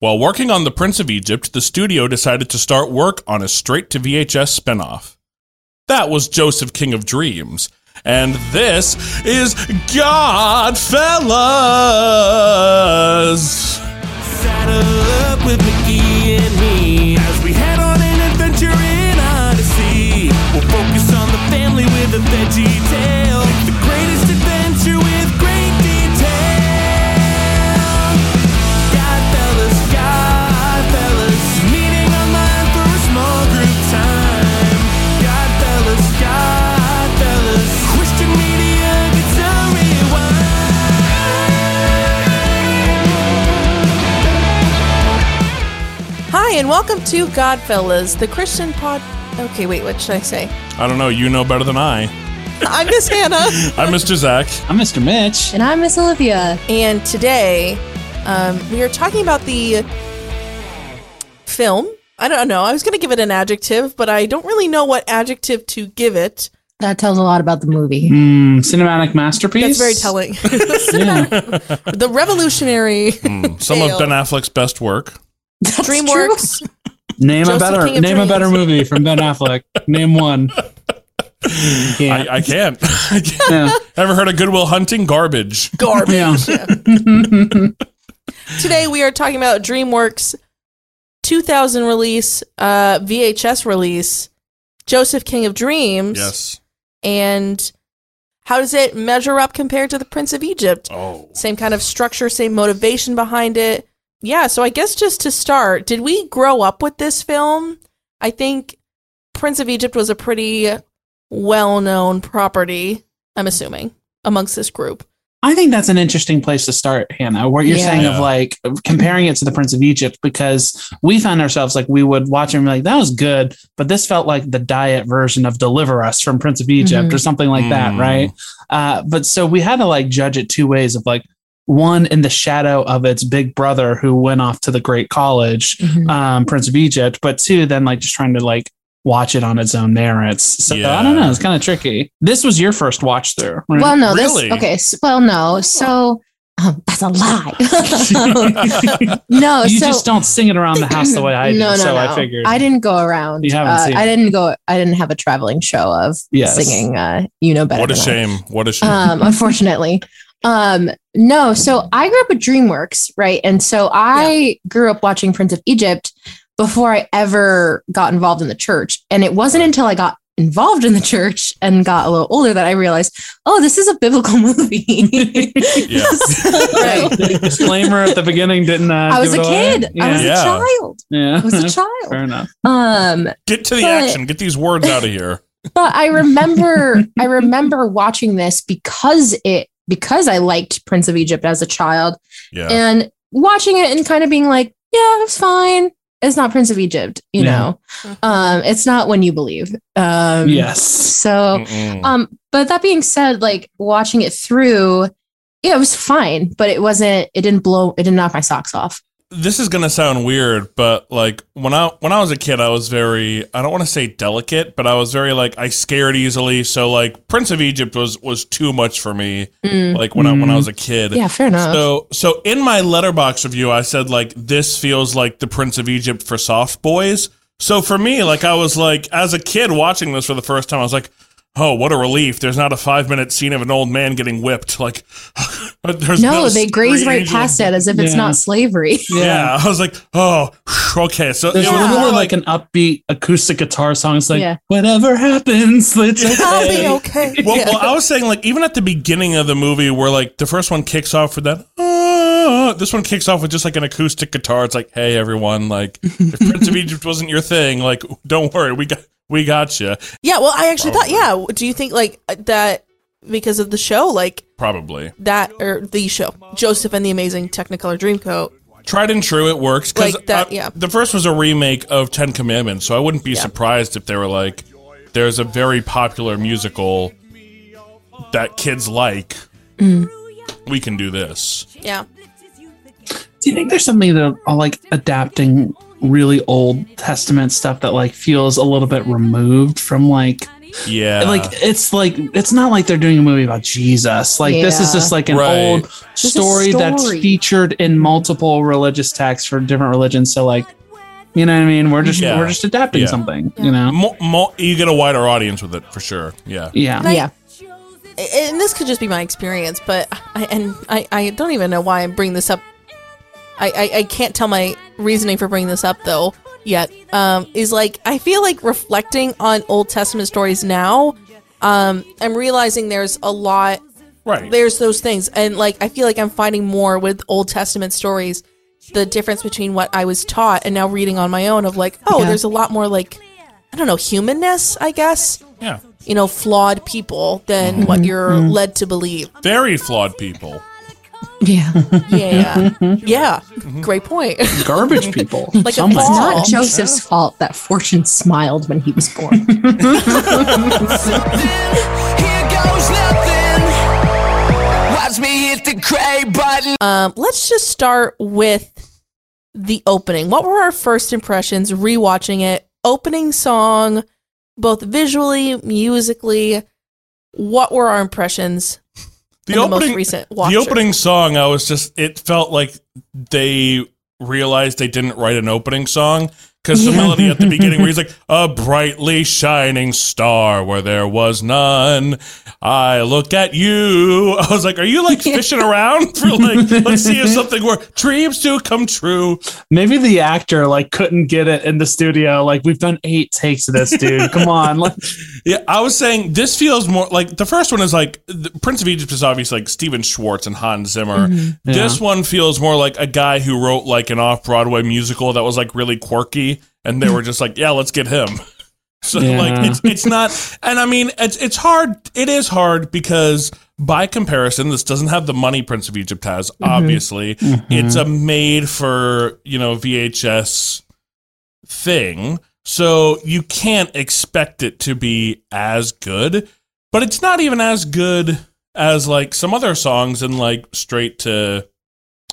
While working on The Prince of Egypt, the studio decided to start work on a straight to VHS spinoff. That was Joseph King of Dreams. And this is Godfellas! Saddle up with Mickey and me as we head on an adventure in Odyssey. We'll focus on the family with a veggie tale. The greatest adventure with great detail. Godfellas, Godfellas, meeting online for a small group time. Godfellas, Godfellas, Christian media gets a rewind. Hi, and welcome to Godfellas, the Christian pod. Okay, wait, what should I say? I don't know, you know better than I. I'm Miss Hannah, I'm Mr. Zach. I'm Mr. Mitch. And I'm Miss Olivia. and today um, we are talking about the film. I don't know. I was going to give it an adjective, but I don't really know what adjective to give it. That tells a lot about the movie. Mm, cinematic That's masterpiece. very telling. Yeah. the revolutionary Hmm, Some of Fail. Ben Affleck's best work. That's DreamWorks. Name Joseph a better King of name a better movie from Ben Affleck. name one. I, Yeah. I can't. I can't. yeah. Ever heard of Goodwill Hunting? Garbage. Garbage. Yeah. Today we are talking about DreamWorks 2000 release, uh, VHS release, Joseph King of Dreams. Yes. and how does it measure up compared to the Prince of Egypt? Oh. Same kind of structure, same motivation behind it. Yeah, so I guess just to start, did we grow up with this film? I think Prince of Egypt was a pretty well known property, I'm assuming, amongst this group. I think that's an interesting place to start, Hannah. What you're Yeah. saying Yeah. of like comparing it to the Prince of Egypt, because we found ourselves like we would watch it and be like, that was good, but this felt like the diet version of Deliver Us from Prince of Egypt Mhm. or something like that, Mm. right? Uh, but so we had to like judge it two ways of like one in the shadow of its big brother who went off to the great college, Mhm. um, Prince of Egypt, but two, then like just trying to like watch it on its own merits. So I don't Yeah. know, it's kind of tricky. This was your first watch through. right? Well, no, this Really? okay. s well, no, so um, that's a lie. no, you Oh, so just don't sing it around the house the way I do. no, no, so no. I figured. I didn't go around. You haven't uh, seen I it. didn't go. I didn't have a traveling show of Yes. singing. Uh, you know better. What a than I. shame. What a shame. um, unfortunately. Um, no, so I grew up with DreamWorks, right? And so I grew up watching Prince of Egypt before I ever got involved in the church. And it wasn't until I got involved in the church and got a little older that I realized, oh, this is a biblical movie. Yeah. So- Right. Disclaimer at the beginning didn't. Uh, I was a give it away? kid. Yeah. I was Yeah. a child. yeah. I was a Fair child. enough. Um, Get to the but- action. Get these words out of here. but I remember I remember watching this because it because I liked Prince of Egypt as a child. Yeah. and watching it and kind of being like, yeah, it's fine. It's not Prince of Egypt, you Yeah. know. Mhm. Um, it's not when you believe. Um, Yes. So, Mm-mm. um, but that being said, like watching it through, yeah, it was fine, but it wasn't. It didn't blow. It didn't knock my socks off. this is gonna sound weird, but like when I when I was a kid, I was very I don't want to say delicate, but I was very like I scared easily. So like Prince of Egypt was was too much for me. Mm. Like when I when I Mm. was a kid. Yeah, fair enough. So so in my letterbox review, I said like this feels like the Prince of Egypt for soft boys. So for me, like I was like as a kid watching this for the first time, I was like, oh, what a relief! There's not a five minute scene of an old man getting whipped. Like there's no, they graze right strange- past it as if it's Yeah. not slavery. yeah. I was like, oh, okay. So There's it a was little more more like, like an upbeat acoustic guitar song. It's like Yeah. whatever happens, it's okay. I'll be okay. well, Yeah. well, I was saying like even at the beginning of the movie, where like the first one kicks off with that. "Ah," this one kicks off with just like an acoustic guitar. It's like, hey, everyone, like if Prince of Egypt wasn't your thing, like don't worry, we got we got you. yeah, well, I actually Probably. thought, yeah, do you think like that because of the show, like Probably that, or the show, Joseph and the Amazing Technicolor Dreamcoat? tried and true, it works. 'cause Like that, I- yeah. The first was a remake of Ten Commandments, so I wouldn't be surprised if they were like, there's a very popular musical that kids like. We can do this. Yeah. Do you think there's something that uh, like adapting really old Testament stuff that like feels a little bit removed from like Yeah. like it's like it's not like they're doing a movie about Jesus. Like this is Yeah. just like an Right. old is story, that's story. featured in multiple religious texts for different religions. So like, you know what I mean? We're just Yeah. we're just adapting Yeah. something. Yeah. You know? Mo- mo- you get a wider audience with it for sure. Yeah. Yeah. Yeah. and this could just be my experience, but I and I, I don't even know why I'm bringing this up. I, I, I can't tell my reasoning for bringing this up though yet. Um, is like I feel like reflecting on Old Testament stories now. Um, I'm realizing there's a lot Right. there's those things and like i feel like i'm finding more with old testament stories the difference between what i was taught and now reading on my own of like oh Yeah. there's a lot more like i don't know humanness i guess yeah. you know flawed people than what you're led to believe Very flawed people. Yeah. yeah yeah great point Mm-hmm. Garbage people. Like a Some might It's Oh. say. not Joseph's fault that fortune smiled when he was born. Here goes nothing. Watch me hit the cray button. um let's just start with the opening what were our first impressions rewatching it opening song both visually musically what were our impressions The in the opening most recent watch. The opening song, I was just, it felt like they realized they didn't write an opening song because the Yeah. melody at the beginning where he's like, a brightly shining star where there was none. I look at you. I was like, are you like fishing around for like, let's see if something were dreams do come true. Maybe the actor like couldn't get it in the studio. Like we've done eight takes of this, dude. Come on, like Yeah, I was saying this feels more like the first one is like the Prince of Egypt is obviously like Steven Schwartz and Hans Zimmer. This one feels more like a guy who wrote like an off Broadway musical that was like really quirky, and they were just like, yeah, let's get him. So like Yeah. it's it's not, and I mean it's it's hard. It is hard because by comparison, this doesn't have the money Prince of Egypt has. Obviously, it's a made for you know VHS thing. So you can't expect it to be as good, but it's not even as good as like some other songs and like straight to,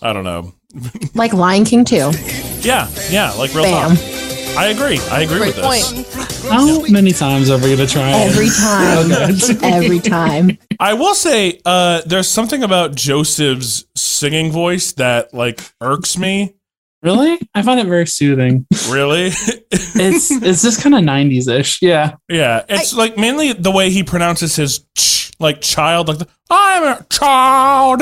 I don't know. like Lion King too. Yeah, yeah, like real Bam. talk. I agree. I agree Great with this. point. how many times are we gonna try? it? Every time. Every time. I will say uh, there's something about Joseph's singing voice that like irks me. Really? I find it very soothing. Really? It's it's just kind of nineties ish. Yeah. yeah, it's like mainly the way he pronounces his ch, like child, like the, I'm a child.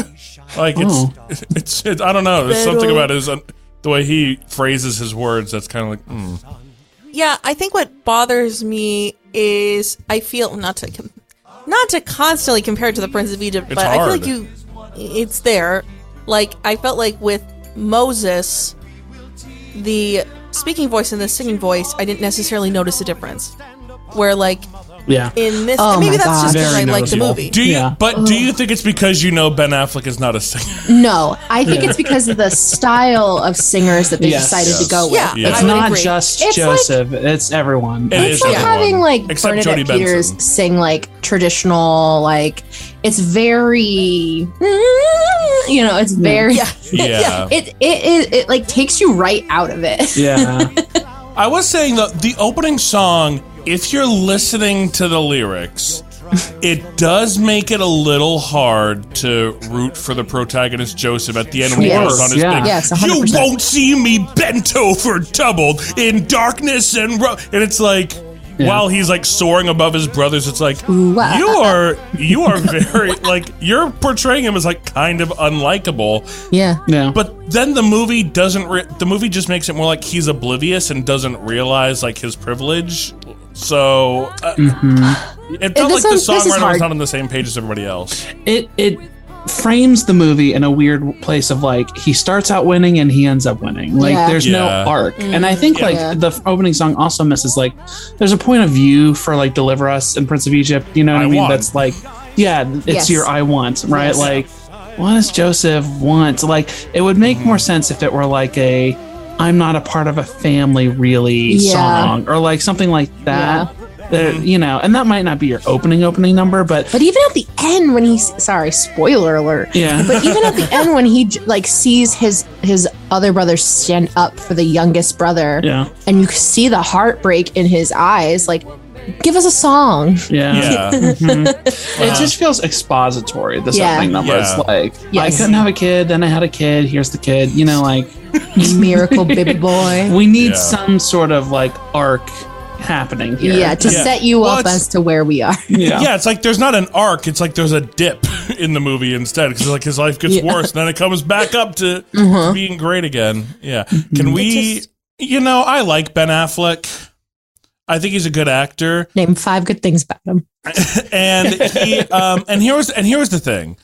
Like it's, Oh. it's it's I don't know. There's something Pero- about his the way he phrases his words that's kind of like mm. Yeah, I think what bothers me is I feel not to com- not to constantly compare it to the Prince of Egypt, It's but I feel hard. like you it's there. Like I felt like with Moses, the speaking voice and the singing voice, I didn't necessarily notice a difference. Where like Yeah. in this, Oh maybe my that's just God. because I like Very the noticeable. movie. Do you? Yeah. But do you think it's because you know Ben Affleck is not a singer? No, I think it's because of the style of singers that they Yes. decided Yes. to go with. Yeah, Yeah. I It's would not agree. just It's Joseph. it's everyone. It is It's like everyone. having like Except Bernadette Jodie Peters Benson. sing like traditional, like it's very, you know, it's very. Yeah. Yeah. It, it it it like takes you right out of it. yeah. I was saying though the opening song, if you're listening to the lyrics, it does make it a little hard to root for the protagonist Joseph at the end when he Yes. goes on his Yeah. thing. Yes, you 100%. won't see me bent over doubled in darkness and ro-. and it's like while he's like soaring above his brothers, it's like Ooh, ah, you are you are very like you're portraying him as like kind of unlikable. Yeah. Yeah. But then the movie doesn't. Re- the movie just makes it more like he's oblivious and doesn't realize like his privilege. So uh, it felt Mm-hmm. This like the is- this is songwriter was hard. not on the same page as everybody else. it it frames the movie in a weird place of like he starts out winning and he ends up winning like Yeah. Mm-hmm. there's no Yeah. arc and i think like Yeah. the opening song also misses like there's a point of view for like deliver us and prince of egypt you know what I i, mean want. that's like yeah it's Yes. your i want right Yes. like what does joseph want like it would make Mm-hmm. more sense if it were like a i'm not a part of a family really Yeah. song or like something like that There- Mm-hmm. you know and that might not be your opening opening number but But even at the end, when he's sorry, spoiler alert. yeah But even at the end, when he j- like sees his his other brother stand up for the youngest brother, yeah and you see the heartbreak in his eyes, like give us a song. Yeah. Yeah. Mhm. Wow. It just feels expository, this Yeah. opening number. Yeah. It's like, I Yes. couldn't have a kid, then I had a kid, here's the kid. You know, like, Miracle baby boy. we need Yeah. some sort of like arc happening here. Yeah, to Yeah. set you Well, up it's- as to where we are. Yeah. Yeah, it's like there's not an arc. It's like there's a dip in the movie instead because like his life gets Yeah. worse, and then it comes back up to Mhm. being great again. Yeah, can we? Mm-hmm. just- you know, I like Ben Affleck. I think he's a good actor, Name five good things about him. and he um and here was and here was the thing.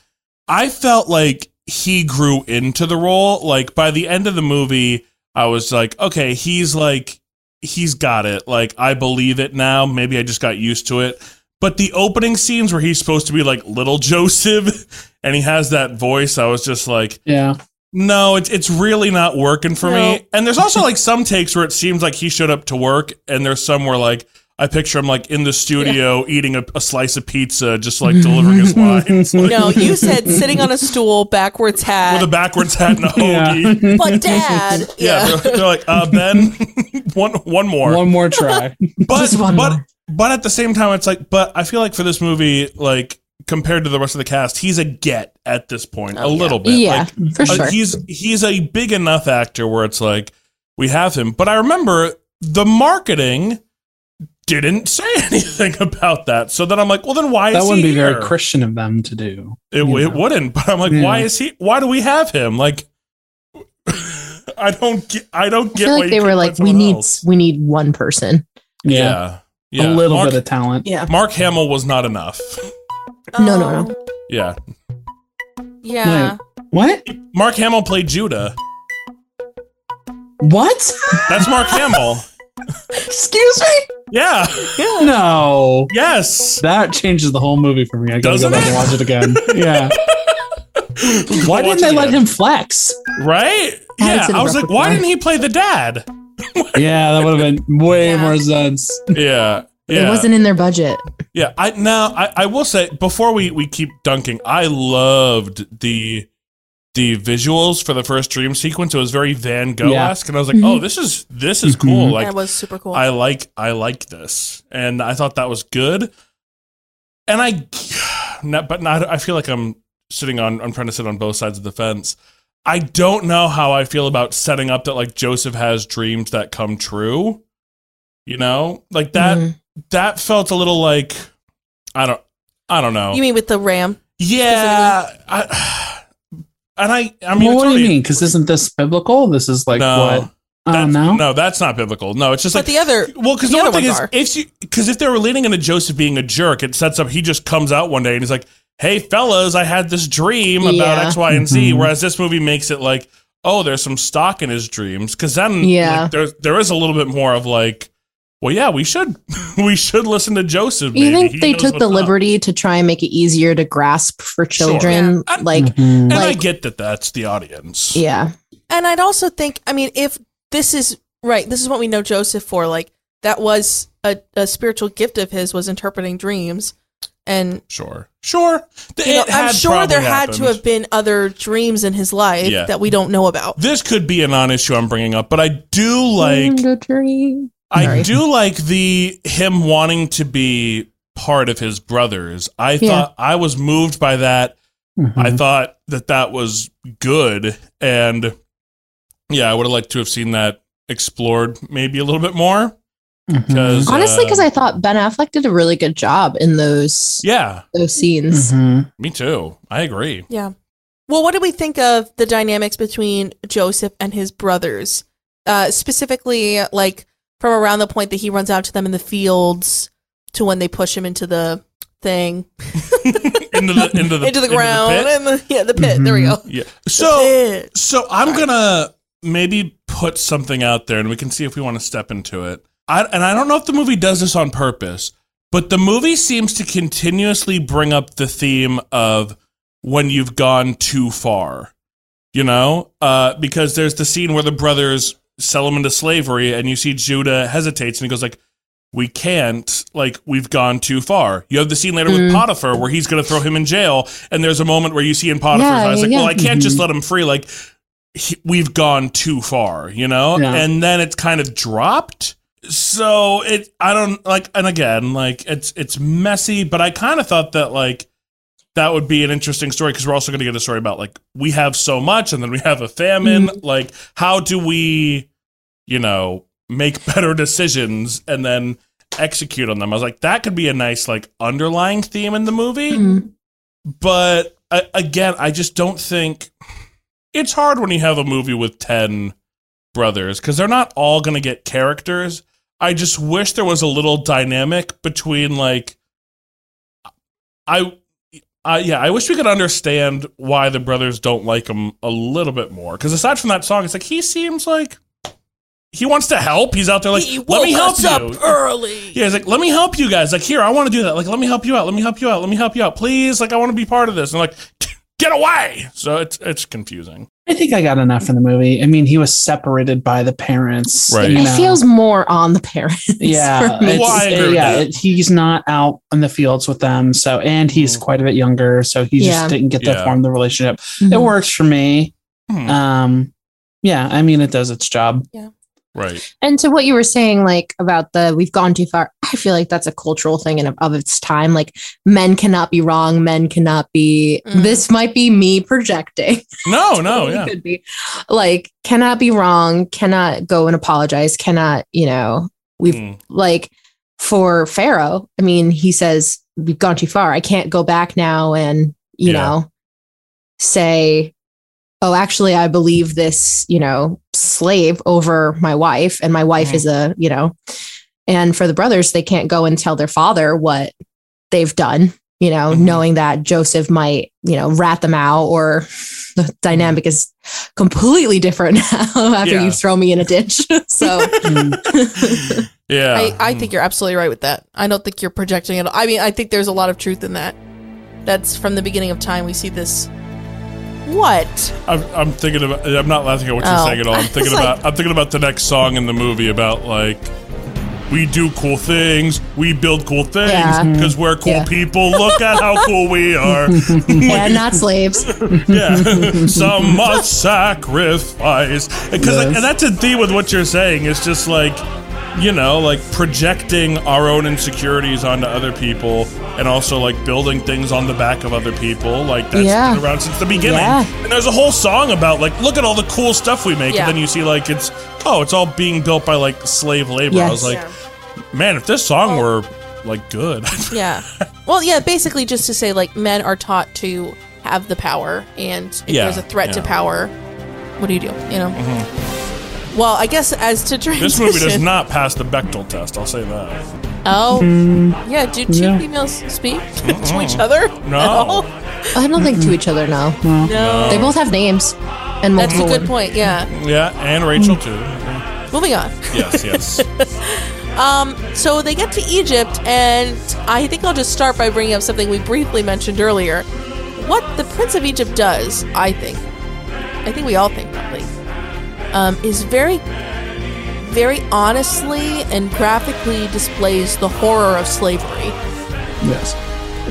I felt like he grew into the role. Like by the end of the movie, I was like, okay, he's like he's got it. Like I believe it now. Maybe I just got used to it. But the opening scenes where he's supposed to be like little Joseph and he has that voice, I was just like, Yeah. no, it's it's really not working for No. me. And there's also like some takes where it seems like he showed up to work, and there's some where like I picture him like in the studio eating a, a slice of pizza, just like delivering his lines like, No, you said sitting on a stool, backwards with a hat. backwards hat and a hoagie. Yeah, but dad, yeah. they're, they're like uh, Ben, one one more, One more try. but Just one but more. but at the same time, it's like but I feel like for this movie, like compared to the rest of the cast, he's a get at this point a little bit. Like, Yeah, for Uh, sure. he's he's a big enough actor where it's like we have him. But I remember the marketing didn't say anything about that. So then I'm like, well, then why that is wouldn't he be here? very Christian of them to do. It, you it know. wouldn't. But I'm like, Yeah. why is he? Why do we have him? Like, I don't get. I don't I get. feel why like you they couldn't were find like, we someone need else. we need one person. Yeah. yeah, yeah. A little Mark, bit of talent. Yeah. Mark Hamill was not enough. No, no, no. Um, Yeah, Yeah. What? Mark Hamill played Judah. What? That's Mark Hamill. Excuse me? Yeah. No. Yes. That changes the whole movie for me. I gotta Doesn't go back it? and watch it again. Yeah. Why Watch didn't they it let again. him flex? Right? Add it Yeah. to the I was like, why repertoire. didn't he play the dad? Yeah, that would have been way Yeah. more sense. Yeah. Yeah. It wasn't in their budget. yeah. I now I, I will say before we, we keep dunking, I loved the the visuals for the first dream sequence. It was very Van Gogh esque. And I was like, Mm-hmm. oh, this is this is cool. Like that was super cool. I like I like this. And I thought that was good. And I not, but not I feel like I'm sitting on I'm trying to sit on both sides of the fence. I don't know how I feel about setting up that like Joseph has dreams that come true. You know? Like that Mhm. that felt a little like I don't I don't know. you mean with the ram? yeah. I, and I I mean it's well, what do already- you mean? Because isn't this biblical? This is like No. what? Oh That's, no. no, that's not biblical. No, it's just But like the other well, because the, The one other thing ones is, are. if you because if they were leaning into Joseph being a jerk, it sets up. He just comes out one day and he's like, "Hey, fellas, I had this dream about Yeah. X, Y, and Z." Mhm. Whereas this movie makes it like, "Oh, there's some stock in his dreams," because then Yeah. like, there's there is a little bit more of like, "Well, yeah, we should we should listen to Joseph." You maybe. think He they knows took the what's up." liberty to try and make it easier to grasp for children? Yeah. Like, Mhm. And I like- get that that's the audience. yeah, And I'd also think, I mean, if this is right, this is what we know Joseph for. Like that was a, a spiritual gift of his was interpreting dreams, and Sure, sure. you know, It I'm had sure there probably had to happened. have been other dreams in his life Yeah. that we don't know about. This could be a non-issue I'm bringing up, but I do Mm. like dream. I Sorry. do like the him wanting to be part of his brothers. I Yeah. Mm-hmm. thought I was moved by that. Mhm. I thought that that was good, and yeah, I would have liked to have seen that explored maybe a little bit more Mhm. because Honestly, um, because I thought Ben Affleck did a really good job in those yeah, those scenes. Mhm. me too. I agree. Well, what do we think of the dynamics between Joseph and his brothers, uh, specifically like from around the point that he runs out to them in the fields to when they push him into the thing, Into the into the into the ground, pit. and the, yeah, the pit. There we go. yeah. So Pit. so I'm gonna maybe put something out there, and we can see if we want to step into it. I, and I don't know if the movie does this on purpose, but the movie seems to continuously bring up the theme of when you've gone too far, you know? Uh, because there's the scene where the brothers sell him into slavery, and you see Judah hesitates and he goes like, "We can't. Like we've gone too far." You have the scene later with Mm. Potiphar where he's going to throw him in jail, and there's a moment where you see in Potiphar's Yeah, eyes yeah, like, yeah. "Well, Mm-hmm. I can't just let him free." Like he, we've gone too far, you know? Yeah. And then it's kind of dropped. so it i don't like and again like it's it's messy but i kind of thought that like that would be an interesting story because we're also going to get a story about like we have so much and then we have a famine like how do we you know make better decisions and then execute on them i was like that could be a nice like underlying theme in the movie Mhm. but uh, again, I just don't think it's hard when you have a movie with 10 brothers because they're not all going to get characters. I just wish there was a little dynamic between like I I yeah, I wish we could understand why the brothers don't like him a little bit more cuz aside from that song, it's like he seems like he wants to help. He's out there like, He "Let me woke help us you." up early. Yeah, he's like, let me help you guys. Like, here, I want to do that. Like, let me help you out. Let me help you out. Let me help you out, please. Like, I want to be part of this. And like, get away. So it's it's confusing. I think I got enough from the movie. I mean, he was separated by the parents. Right. you It know. feels more on the parents. Yeah, for me. it's- Well, I agree with yeah. that. it- he's not out in the fields with them, so and he's Mhm. quite a bit younger, so he Yeah. just didn't get to Yeah. form the relationship. It Mhm. works for me. Hmm. Uh, Um, yeah, I mean, it does its job. Right. And to what you were saying, like about the we've gone too far, I feel like that's a cultural thing and of, of its time. Like men cannot be wrong, men cannot be. Mm. This might be me projecting. No, Oh, no, It yeah. could be like cannot be wrong, cannot go and apologize, cannot you know We've- Mm. like for Pharaoh. I mean, he says we've gone too far. I can't go back now and Yeah. you know say. Oh, actually, I believe this, you know, slave over my wife, and my wife Mhm. is a, you know, and for the brothers, they can't go and tell their father what they've done, you know, Mhm. knowing that Joseph might, you know, rat them out or the dynamic is completely different now after Yeah. you throw me in a ditch. so Mm, yeah. I, I think you're absolutely right with that. I don't think you're projecting at all. I mean, I think there's a lot of truth in that. That's from the beginning of time. We see this. What? I'm, I'm thinking about. I'm not laughing at what you're Oh. saying at all. I'm thinking It's like- about. I'm thinking about the next song in the movie about like. We do cool things. We build cool things Yeah. because we're cool Yeah. people. Look at how cool we are. and not slaves. Yeah, some must sacrifice. Because Yes. and that's a theme with what you're saying. It's just like, you know, like projecting our own insecurities onto other people, and also like building things on the back of other people. Like that's Yeah. been around since the beginning. Yeah. And there's a whole song about like, look at all the cool stuff we make, Yeah. and then you see like it's oh, it's all being built by like slave labor. I was Yes. like, man, if this song were like good, Yeah. Well, yeah, basically just to say like men are taught to have the power and if Yeah, there's a threat to yeah. power, what do you do? You know? Well, I guess as to transition. Mm-hmm. this movie does not pass the Bechtel test. I'll say that. Oh. Yeah, do two Yeah. females speak to each other? No. At all? I don't think to each other now. No. They both have names and That's a multiple. good point. Yeah. Yeah, and Rachel too. Moving on. Yes, yes. So they get to Egypt, and I think I'll just start by bringing up something we briefly mentioned earlier. What the Prince of Egypt does, I think, I think we all think probably, um, is very, very honestly and graphically displays the horror of slavery. Yes,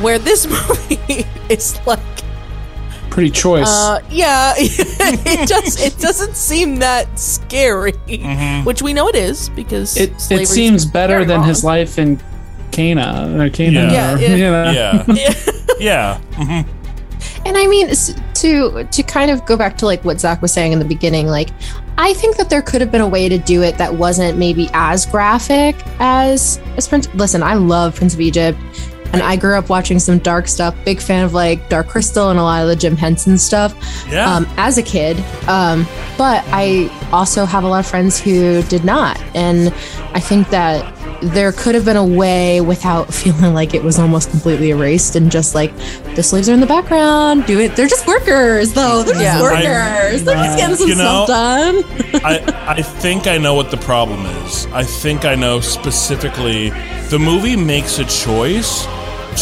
Where this movie is like, pretty choice. uh, yeah, it just it doesn't seem that scary, which we know it is because it slavery is it seems better very than wrong. his life in Cana or Cana. Yeah. Yeah, yeah. yeah, yeah. And I mean, s- to to kind of go back to like what Zach was saying in the beginning, like I think that there could have been a way to do it that wasn't maybe as graphic as as Prince. Listen, I love Prince of Egypt, and I grew up watching some dark stuff. Big fan of like Dark Crystal and a lot of the Jim Henson stuff. Yeah. um, as a kid. Um, but I also have a lot of friends who did not. And I think that there could have been a way without feeling like it was almost completely erased and just like the slaves are in the background, do it. They're just workers, though. They're just Yeah. I- workers. They're just getting some You know- stuff done. I, I think I know what the problem is. I think I know specifically the movie makes a choice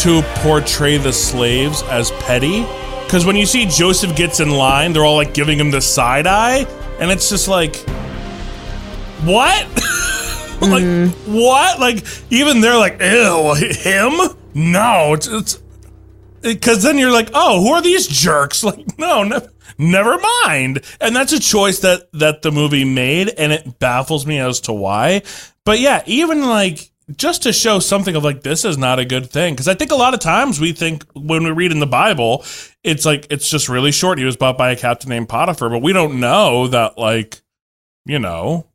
to portray the slaves as petty. Because when you see Joseph gets in line, they're all like giving him the side eye. And it's just like, what? like, what? Like, even they're like, ew, him? No, it's. it's because then you're like, oh, who are these jerks? Like, no, no never mind. And that's a choice that that the movie made, and it baffles me as to why. But yeah, even like just to show something of like this is not a good thing because I think a lot of times we think when we read in the Bible, it's like it's just really short. He was bought by a captain named Potiphar, but we don't know that like you know.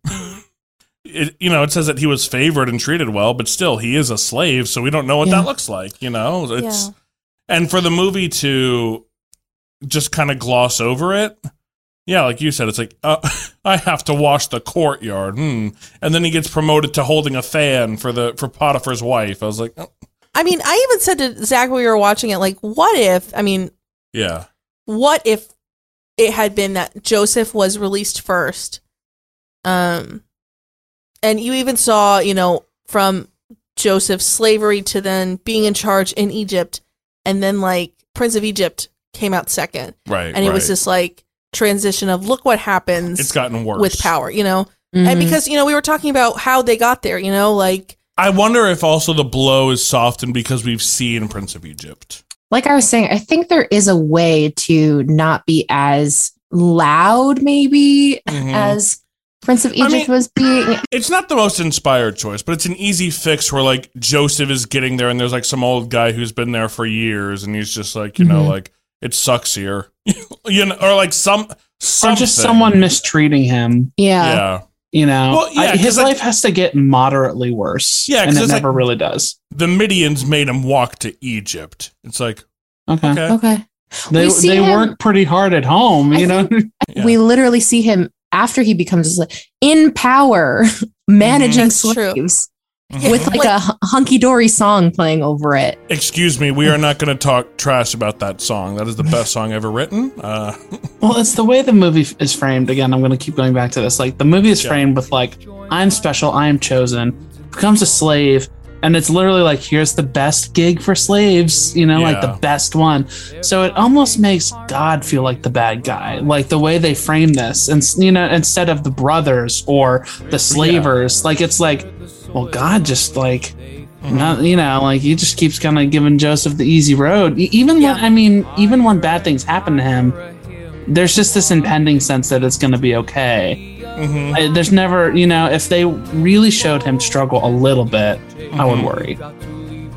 It, you know, it says that he was favored and treated well, but still, he is a slave, so we don't know what Yeah. that looks like. You know, it's Yeah. and for the movie to just kind of gloss over it yeah like you said it's like uh, i have to wash the courtyard hmm. and then he gets promoted to holding a fan for the for potiphar's wife i was like oh, I mean, I even said to Zach when we were watching it, like, what if? I mean, yeah what if it had been that Joseph was released first? Um, and you even saw, you know, from Joseph's slavery to then being in charge in Egypt, and then like Prince of Egypt came out second, right and it was right. this like transition of look what happens it's gotten worse with power, you know, and Mhm. because you know we were talking about how they got there, you know, like i wonder if also the blow is softened because we've seen prince of egypt like I was saying, I think there is a way to not be as loud, maybe Mhm. as Prince of mean- Egypt was being. It's not the most inspired choice, but it's an easy fix where like Joseph is getting there and there's like some old guy who's been there for years and he's just like, you know, Mhm. like it sucks here. you know, or like some Mm-hmm. or something. just someone mistreating him. Yeah. Yeah. You know, Well, yeah, I- his 'cause, like- life has to get moderately worse. Yeah, 'cause and it it's, like- never really does. The Midians made him walk to Egypt. It's like Okay, okay. Okay. they We see they him- work pretty hard at home. I you know, Yeah. We literally see him after he becomes a slave, in power, managing That's true. slaves Mhm. with like a hunky dory song playing over it. Excuse me, we are not gonna talk trash about that song. That is the best song ever written. Uh Well, it's the way the movie f- is framed. Again, I'm going to keep going back to this. Like the movie is Yeah. framed with like, I'm special, I am chosen, becomes a slave, and it's literally like, here's the best gig for slaves. You know, like Yeah. the best one. So it almost makes God feel like the bad guy. Like the way they frame this, and s- you know, instead of the brothers or the slavers, like it's like, well, God just like Mm-hmm. not, you know, like he just keeps kind of giving Joseph the easy road. E- Even when, I mean, even when bad things happen to him, there's just this impending sense that it's going to be okay. mhm. I- There's never, you know, if they really showed him struggle a little bit, I would worry.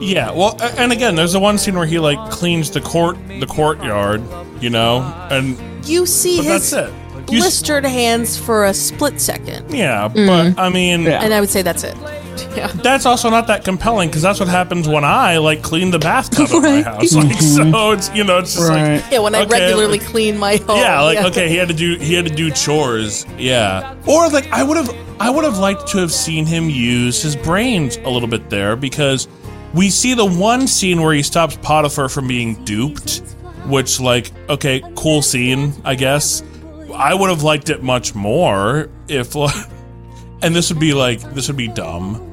Yeah, well, a- and again, there's the one scene where he like cleans the court, the courtyard, you know, and you see but his that's it. You s- blistered hands for a split second, Yeah, but I mean, Mm. Yeah. and I would say that's it. Yeah. that's also not that compelling because that's what happens when I like clean the bathtub at my Right. house. Like, So it's you know it's just Mm-hmm. Right. like Yeah, when I Okay, regularly like- clean my home. yeah like okay he had to do he had to do chores yeah or like I would have I would have liked to have seen him use his brains a little bit there because we see the one scene where he stops Potiphar from being duped, which like okay cool scene I guess I would have liked it much more if like, and this would be like this would be dumb.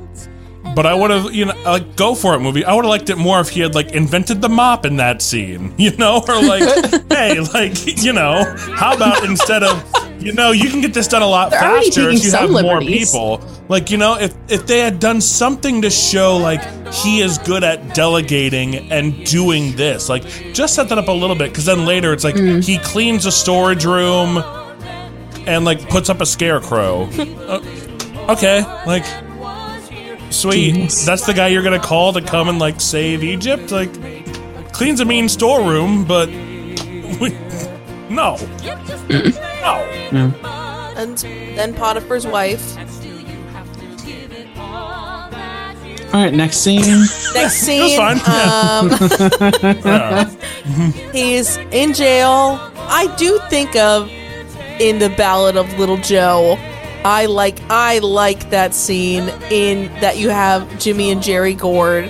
But I would have, you know, like go for it movie. I would have liked it more if he had like invented the mop in that scene, you know, or like, hey, like, you know, how about instead of, you know, you can get this done a lot They're already faster taking if you have some more liberties. people. Like, you know, if if they had done something to show like he is good at delegating and doing this, like, just set that up a little bit, because then later it's like Mm. he cleans a storage room and like puts up a scarecrow. Uh, okay, like sweet. Genius. That's the guy you're gonna call to come and like save Egypt. Like cleans a mean storeroom, but we, no, no. And then Potiphar's wife. All right, next scene. Next scene, fine, um, Yeah. he's in jail. I do think of in the Ballad of Little Joe. I like I like that scene in that you have Jimmy and Jerry Gord,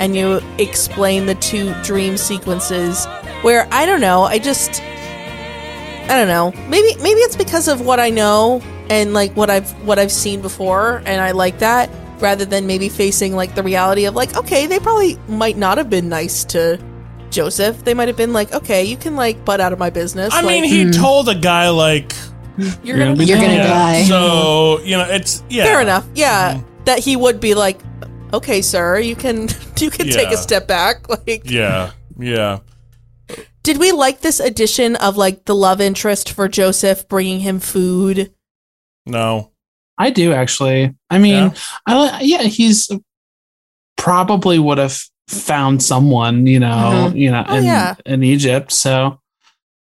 and you explain the two dream sequences. Where I don't know, I just I don't know. Maybe maybe it's because of what I know and like what I've what I've seen before and I like that rather than maybe facing like the reality of like okay, they probably might not have been nice to Joseph. They might have been like, okay, you can like butt out of my business. I mean, like, hmm. he told a guy like, you're gonna You're gonna yeah, die. so you know, it's yeah, Mm-hmm. fair enough. Yeah, that he would be like, okay, sir, you can you can take Yeah. a step back. Like, yeah, yeah. Did we like this addition of like the love interest for Joseph bringing him food? No. I do actually. I mean, Yeah? I li- yeah, he's probably would have found someone, you know, Mm-hmm. you know, Oh, in yeah. in Egypt. So,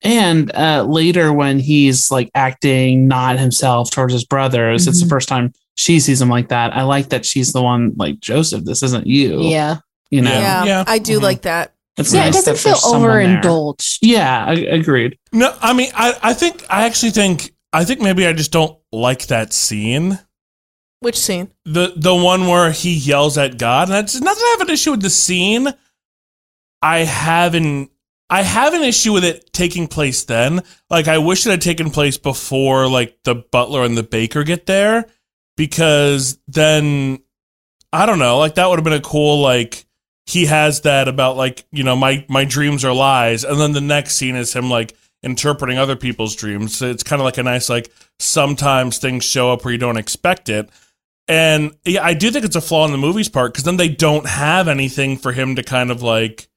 and uh, later when he's like acting not himself towards his brothers, it's the Mhm. first time she sees him like that. I like that she's the one like Joseph. This isn't you. Yeah. you know, Yeah. Yeah, Yeah. Mm-hmm. I do Mhm. like that. it's yeah, nice it doesn't that there's feel someone there. overindulged. Yeah, I, agreed. No, I mean, I, I think, I actually think, I think maybe I just don't like that scene. Which scene? the the one where he yells at God, and that's not that I have an issue with the scene. I have an I have an issue with it taking place then. Like I wish it had taken place before like the butler and the baker get there, because then I don't know, like that would have been a cool like he has that about like, you know, my my dreams are lies, and then the next scene is him like interpreting other people's dreams. So it's kind of like a nice like sometimes things show up where you don't expect it. And yeah, I do think it's a flaw in the movie's part because then they don't have anything for him to kind of like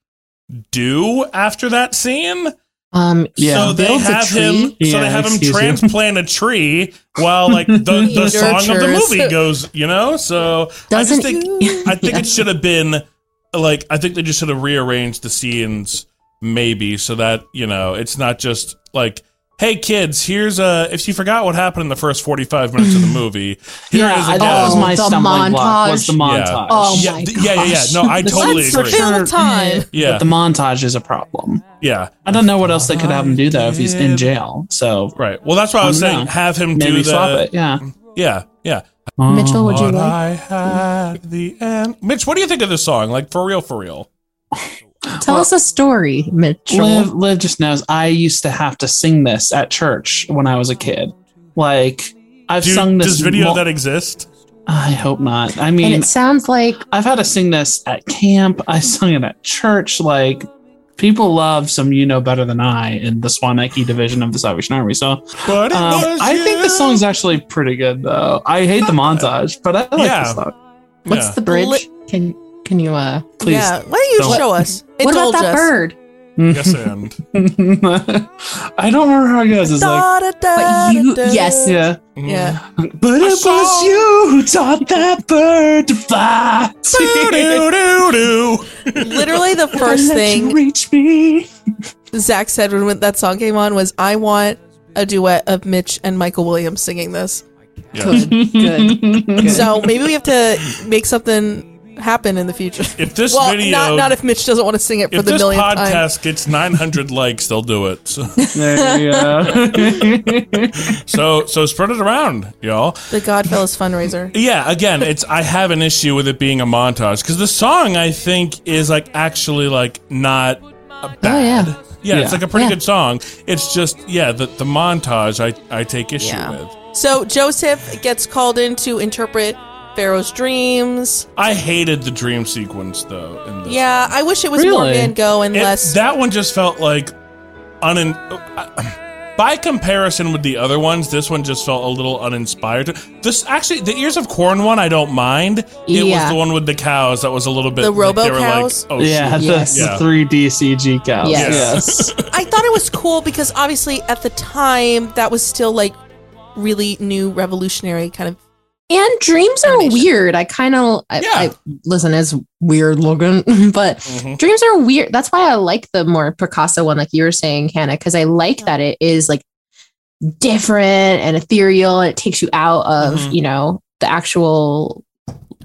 do after that scene. Um, Yeah. so they builds a have him. So tree. they Yeah, have him excuse you. transplant a tree while like the, the He song of the nurtures. movie goes. You know, so I just Doesn't- think I think Yeah. it should have been like I think they just should have rearranged the scenes maybe so that you know it's not just like. Hey kids, here's uh if you forgot what happened in the first 45 minutes of the movie, here yeah, is I- again. that was Oh, my the stumbling block. Was the montage. montage? Yeah. Oh yeah, my th- yeah, yeah, yeah. gosh. No, I This totally is agree. for Fill sure. time. Yeah, But the montage is a problem. yeah, I don't know what else they could have him do though if he's in jail. So right. Well, that's why I was I don't saying know. have him maybe do swap the it. Yeah. yeah, yeah. Mitchell, Oh, would you But like? I had the end. Mitch, what do you think of this song? Like for real, for real. Tell us a story, Mitchell. Liv, Liv just knows I used to have to sing this at church when I was a kid. Like I've Do, sung this. does video mul- that exist? I hope not. I and mean, it sounds like I've had to sing this at camp. I sung it at church. Like people love some "You Know Better Than I" in the Swanaki division of the Salvation Army. So But it um, was I think you. the song's actually pretty good though. I hate the montage, but I like Yeah. the song. what's Yeah. the bridge? Li- can can you uh? Please. yeah. Why don't you don't. show us? what about Indulge that us. bird? yes and Mm. I don't remember how it goes. It's like, Da, da, da, But you- da, da. yes. yeah. Yeah. But it was you who taught that bird to fly. do do do do. Literally, the I first let thing You reach me. Zach said when, when that song came on was, I want a duet of Mitch and Michael Williams singing this. Yes. Good. So maybe we have to make something happen in the future. If this well, video, not, not if Mitch doesn't want to sing it for if the this millionth time. podcast gets 900 likes, they'll do it. So, There you go. so, so spread it around, y'all. The Godfellas fundraiser. Yeah, again, it's I have an issue with it being a montage because the song I think is like actually like not bad. Oh, yeah. Yeah, Yeah. it's like a pretty Yeah. good song. It's just yeah, the the montage I I take issue Yeah. with. So Joseph gets called in to interpret Pharaoh's dreams. I hated the dream sequence though. In this Yeah, I wish it was more Really? Van Gogh and It- less. that one just felt like unin. uh, By comparison with the other ones, this one just felt a little uninspired. This actually, the ears of corn one, I don't mind. It was Yeah. the one with the cows that was a little bit The like, they were robo-cows? Like, oh yeah, shit. the, Yes. the Yeah. 3D CG cows. Yes. Yes. I thought it was cool because obviously at the time that was still like really new revolutionary kind of And dreams are Animation. weird. I kind of I, Yeah. I listen as weird looking, but Mhm. dreams are weird. That's why I like the more Picasso one, like you were saying, Hannah, because I like that it is like different and ethereal. And it takes you out of Mhm. you know the actual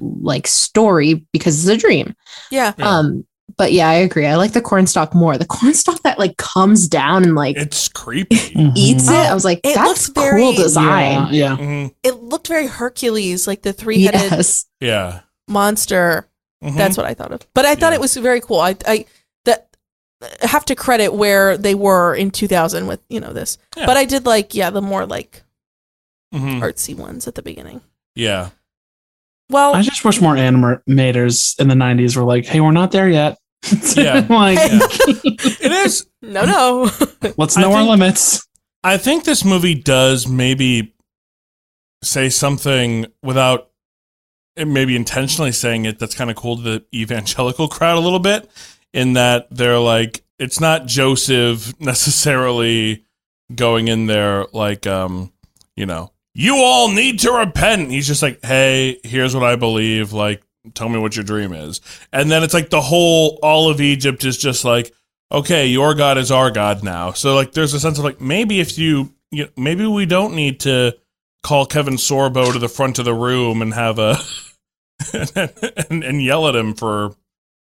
like story because it's a dream. yeah. Yeah. Um, but yeah, I agree. I like the cornstalk more. The cornstalk that like comes down and like It's creepy. eats it. I was like, It that's looks very- cool design. Mm-hmm. Yeah. yeah. Mhm. It looked very Hercules, like the three-headed Yes. Yeah. monster. Mhm. That's what I thought of. But I thought Yeah. it was very cool. I, I that I have to credit where they were in 2000 with you know this. Yeah. But I did like yeah the more like Mhm. artsy ones at the beginning. Yeah. Well, I just wish more animators in the 90s were like, hey, we're not there yet. Yeah. like, Yeah. It is. no, no. let's I know our think- limits. I think this movie does maybe say something without and maybe intentionally saying it that's kind of cool to the evangelical crowd a little bit in that they're like it's not Joseph necessarily going in there like um you know you all need to repent. He's just like, hey, here's what I believe. Like, tell me what your dream is. And then it's like the whole all of Egypt is just like, okay, your God is our God now. So like, there's a sense of like maybe if you, you know, maybe we don't need to call Kevin Sorbo to the front of the room and have a and, and yell at him for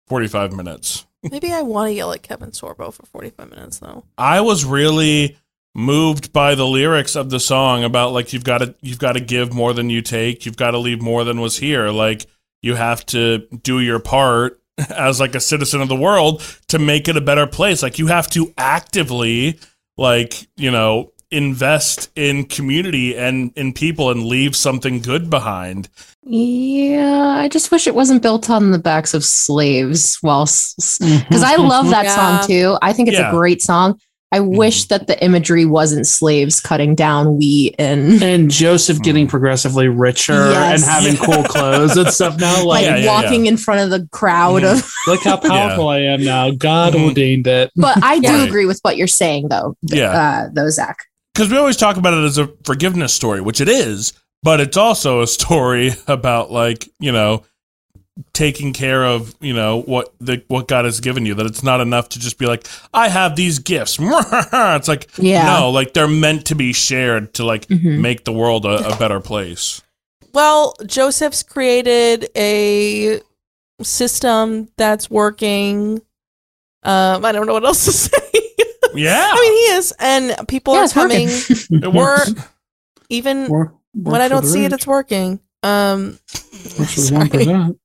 45 minutes. Maybe I want to yell at Kevin Sorbo for 45 minutes, though. I was really moved by the lyrics of the song about like you've got to you've got to give more than you take, you've got to leave more than was here. Like you have to do your part as like a citizen of the world to make it a better place. Like you have to actively like, you know, invest in community and in people and leave something good behind. Yeah, I just wish it wasn't built on the backs of slaves. While because I love that Yeah. song too. I think it's Yeah. Mm-hmm. a great song. I wish that the imagery wasn't slaves cutting down wheat and and Joseph getting progressively richer Yes. and having cool clothes and stuff now. like Like, Yeah, Mm-hmm. yeah, yeah. walking in front of the crowd of. look how powerful I am now. God Mhm. ordained it. But I do Right. agree with what you're saying though. Yeah. Uh, though Zach. because we always talk about it as a forgiveness story, which it is, but it's also a story about like you know taking care of you know what the what God has given you. That it's not enough to just be like I have these gifts. it's like Yeah. no, like they're meant to be shared to like Mhm. make the world a, a better place. Well, Joseph's created a system that's working. Um, I don't know what else to say. Yeah, I mean, he is, and people Yeah, are it's working. coming. We're even Work- work when I for don't the see it, rich. it's working. Um, Works for the sorry. one percent.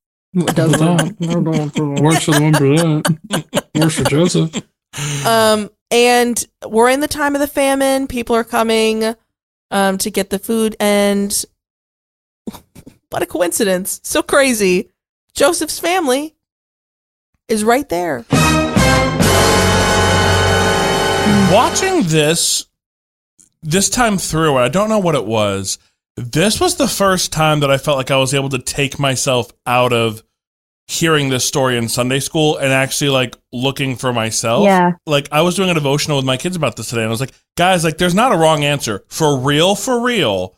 Does it? Works for the one percent. Works for Joseph. um, and we're in the time of the famine. People are coming um, to get the food, and what a coincidence! So crazy. Joseph's family is right there. watching this this time through i don't know what it was this was the first time that i felt like i was able to take myself out of hearing this story in sunday school and actually like looking for myself Yeah. like i was doing a devotional with my kids about this today and i was like guys like there's not a wrong answer for real for real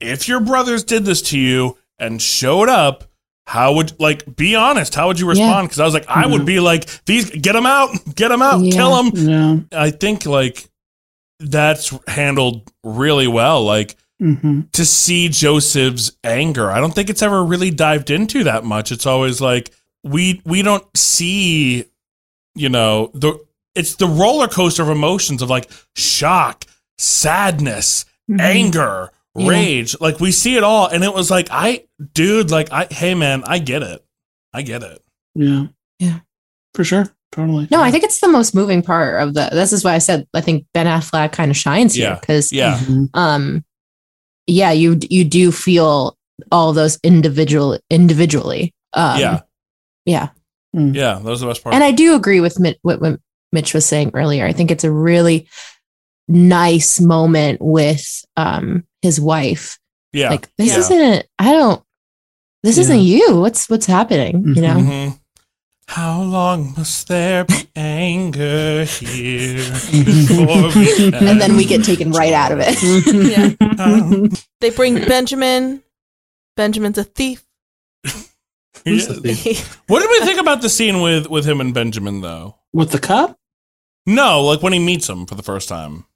if your brothers did this to you and showed up how would like be honest how would you respond because i was like i would be like these get them out get them out Mm-hmm. Yeah. kill them Yeah. I think like that's handled really well. Like Mm-hmm. to see Joseph's anger, I don't think it's ever really dived into that much. It's always like we we don't see, you know, the it's the roller coaster of emotions of like shock, sadness, anger, Mm-hmm. Yeah. rage. Like we see it all, and it was like I, dude, like I, hey man, I get it, I get it. Yeah. Yeah. For sure. Totally. No, I think it's the most moving part of the. This is why I said I think Ben Affleck kind of shines here because Yeah, Mhm. um yeah you you do feel all those individual individually um yeah, yeah Mm. yeah. That was the best part. and i do agree with Mi- what, what mitch was saying earlier i think it's a really nice moment with um his wife yeah, like this Yeah. isn't i don't this Yeah. isn't you what's what's happening you know hmm How long must there be anger here? before we and then we get taken right out of it Mm-hmm. Yeah. They bring Benjamin. Benjamin's a thief. Yeah. What did we think about the scene with with him and Benjamin though? With the cup? No, like when he meets him for the first time.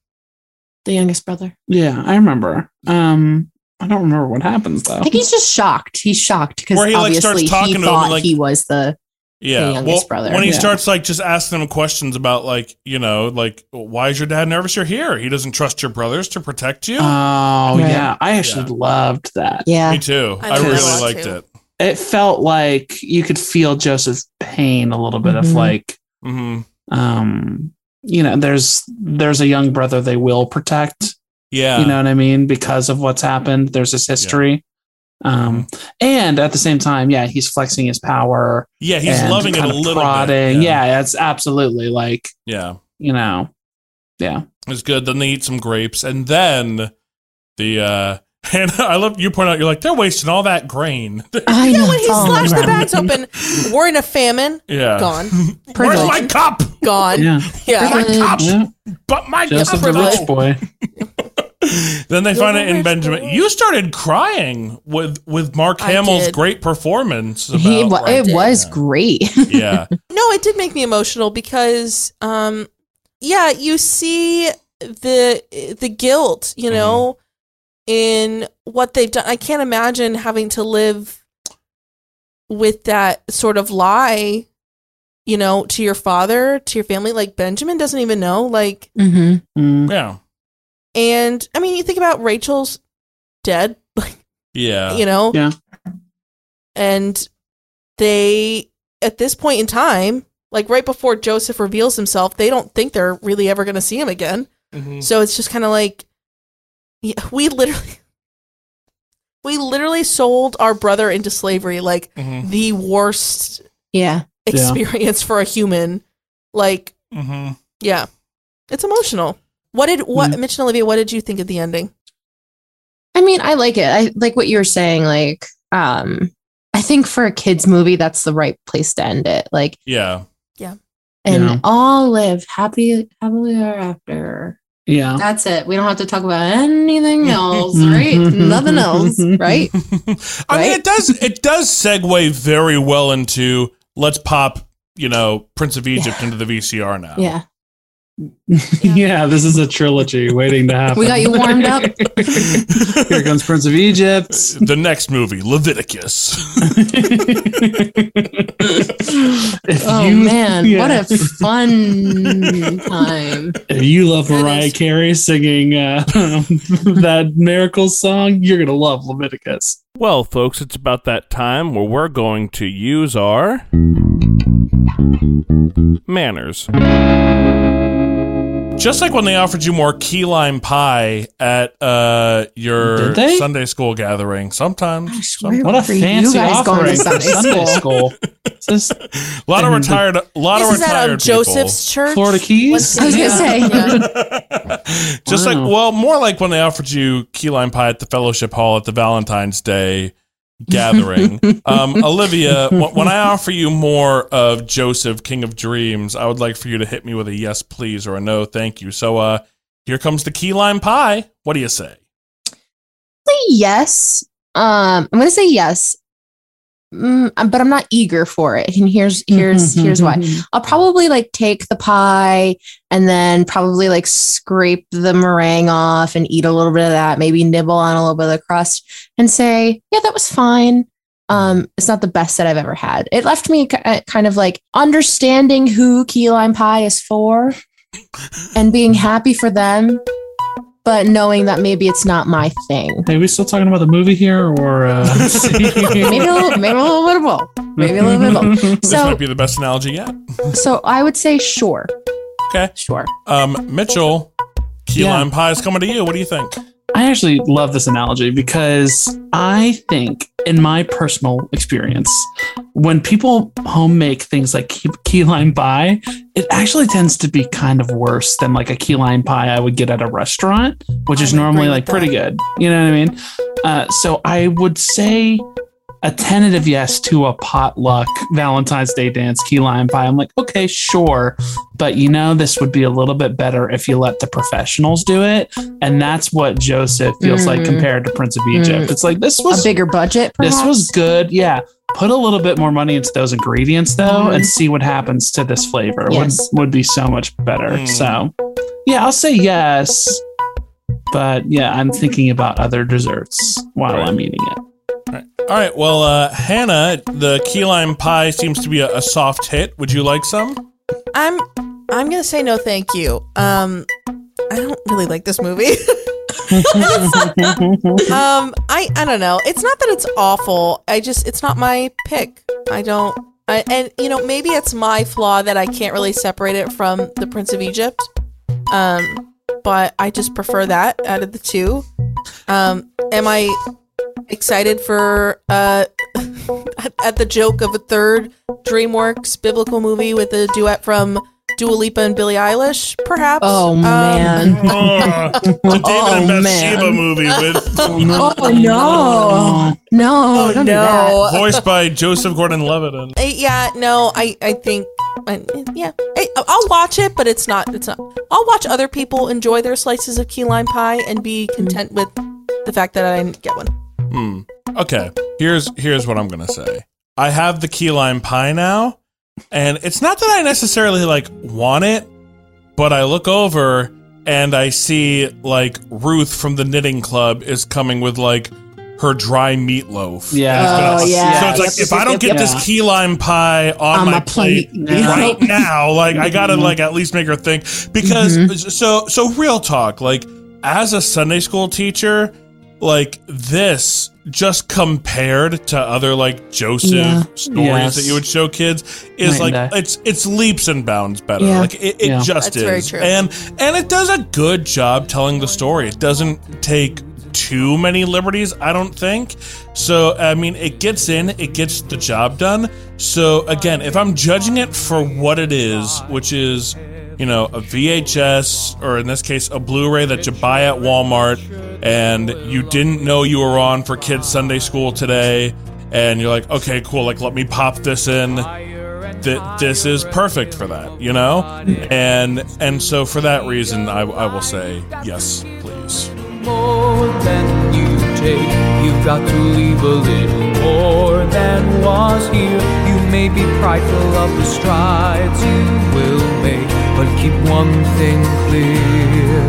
the youngest brother Yeah, I remember. Um, I don't remember what happens though. i think he's just shocked he's shocked because Where he, like, starts obviously talking to he him and, thought like- he was the Yeah, The youngest brother. When he Yeah. starts like just asking him questions about like you know like why is your dad nervous? You're here. He doesn't trust your brothers to protect you. Oh Uh, yeah, I actually Yeah. loved that. yeah Me too. I I, know really that liked too. it. It felt like you could feel Joseph's pain a little bit Mm-hmm. of Mhm. like, hmm um, you know, there's there's a young brother they will protect. Yeah. You know what I mean? Because of what's happened, there's this history. Um, and at the same time, yeah, he's flexing his power. yeah. He's and loving it a kind of little prodding. bit. Yeah. it's absolutely like Yeah. you know, yeah. It's good. Then they eat some grapes, and then the uh And I love you point out, you're like, they're wasting all that grain. I You know. Oh, know, when he it's all slashed the around. bags open, we're in a famine. yeah. Gone. Where's Privilege. my cup? Gone. Yeah. Yeah. My cup. yeah. But my Joseph cup. the is- Rich Boy. Then they find it in rich Benjamin. boy. You started crying with with Mark I Hamill's did. great performance. About, He, wa- right? it was Yeah. great. yeah. No, it did make me emotional because um yeah, you see the the guilt, you know, in what they've done. I can't imagine having to live with that sort of lie, you know, to your father, to your family like Benjamin doesn't even know like hmm Mm. Yeah. and I mean, you think about Rachel's dead, like Yeah. you know? Yeah. And they, at this point in time, like right before Joseph reveals himself, they don't think they're really ever going to see him again. Mhm. So it's just kind of like, yeah, we literally, we literally sold our brother into slavery, like Mhm. the worst Yeah. Yeah. experience for a human. Like, Mhm. yeah, it's emotional. What did what Mm. Mitch and Olivia? What did you think of the ending? I mean, I like it. I like what you were saying. Like, um, I think for a kids movie, that's the right place to end it. Like, Yeah. and Yeah. all live happy happily ever after. Yeah. That's it. We don't have to talk about anything else, right? Nothing else, right? I mean, Right? it does it does segue very well into let's pop, you know, Prince of Egypt into the VCR now. Yeah. yeah. this is a trilogy waiting to happen. We got you warmed up. Here comes Prince of Egypt. The next movie, Leviticus. if Oh you, man, yeah. what a fun time. if you love That Mariah is- Carey singing uh, that miracle song, you're gonna love Leviticus. well, folks, it's about that time where we're going to use our manners. Just like when they offered you more key lime pie at uh, your Did they? Sunday school gathering, sometimes. where What a were you fancy guys going to offering for Sunday Sunday school. It's just A lot of Mhm. retired, a lot This of is out retired of people. Joseph's church. Florida Keys. I was gonna Yeah. say. Yeah. Just Wow. like, well, more like when they offered you key lime pie at the fellowship hall at the Valentine's Day gathering. um, Olivia, wh- when I offer you more of Joseph, King of Dreams, I would like for you to hit me with a yes, please, or a no, thank you. So, uh, here comes the key lime pie. What do you say? say yes. Um, I'm gonna say yes, Mm, but I'm not eager for it. And here's here's here's why. I'll probably like take the pie and then probably like scrape the meringue off and eat a little bit of that. Maybe nibble on a little bit of the crust and say, yeah, that was fine. Um, it's not the best that I've ever had. It left me ki- uh, kind of like understanding who key lime pie is for and being happy for them, but knowing that maybe it's not my thing. Hey, we still talking about the movie here, or uh, maybe a little, maybe a little bit of both. Maybe a little bit of both. This might So, be the best analogy yet. so I would say sure, Okay. sure. Um, Mitchell, key Yeah. lime pie is coming to you. What do you think? I actually love this analogy because I think, in my personal experience, when people home make things like key, key lime pie, it actually tends to be kind of worse than like a key lime pie I would get at a restaurant, which I is would normally agree like with pretty good. You know what I mean? Uh, so I would say a tentative yes to a potluck Valentine's Day dance key lime pie. I'm like, okay, sure. But you know, this would be a little bit better if you let the professionals do it. And that's what Joseph feels like Mm. compared to Prince of Mm. Egypt. It's like this A was bigger budget, perhaps. this was good. Yeah. Put a little bit more money into those ingredients though Mhm. and see what happens to this flavor. Yes. Would would be so much better. Mm. So yeah, I'll say yes. But yeah, I'm thinking about other desserts while I'm eating it. All right. Well, uh, Hannah, the key lime pie seems to be a, a soft hit. Would you like some? I'm I'm gonna say no, thank you. Um, I don't really like this movie. um, I I don't know. It's not that it's awful. I just it's not my pick. I don't. I, and you know maybe it's my flaw that I can't really separate it from the Prince of Egypt. Um, but I just prefer that out of the two. Um, am I excited for uh at the joke of a third DreamWorks biblical movie with a duet from Dua Lipa and Billie Eilish, perhaps. Oh, Um, man. Oh, the David and Oh, Bathsheba man. movie with Oh, no. No. Oh don't do no. voiced by Joseph Gordon-Levitt. And Uh, yeah, no, I I think I, yeah, I, I'll watch it, but it's not it's not. I'll watch other people enjoy their slices of key lime pie and be content with the fact that I didn't get one. okay, here's here's what I'm gonna say. I have the key lime pie now, and it's not that I necessarily like want it, but I look over and I see like Ruth from the Knitting Club is coming with like her dry meatloaf. Yeah. Oh, yeah. So it's like Yep, if yep, I don't yep, get yep. this key lime pie on, On my, my plate, plate now. right now, like I gotta like at least make her think because Mm-hmm. so so real talk like as a Sunday school teacher like this just compared to other like Joseph Yeah. stories Yes. that you would show kids is Night and like day. it's it's leaps and bounds better Yeah. like it, it Yeah. just That's is very true. and and it does a good job telling the story it doesn't take too many liberties I don't think so I mean it gets in it gets the job done so again if I'm judging it for what it is which is you know a VHS or in this case a Blu-ray that you buy at Walmart and you didn't know you were on for kids Sunday school today and you're like okay cool like let me pop this in that this is perfect for that, you know? And and so for that reason I, I will say yes, please. more than you take. You've got to leave a little more than was here. You may be prideful of the strides you will make, but keep one thing clear.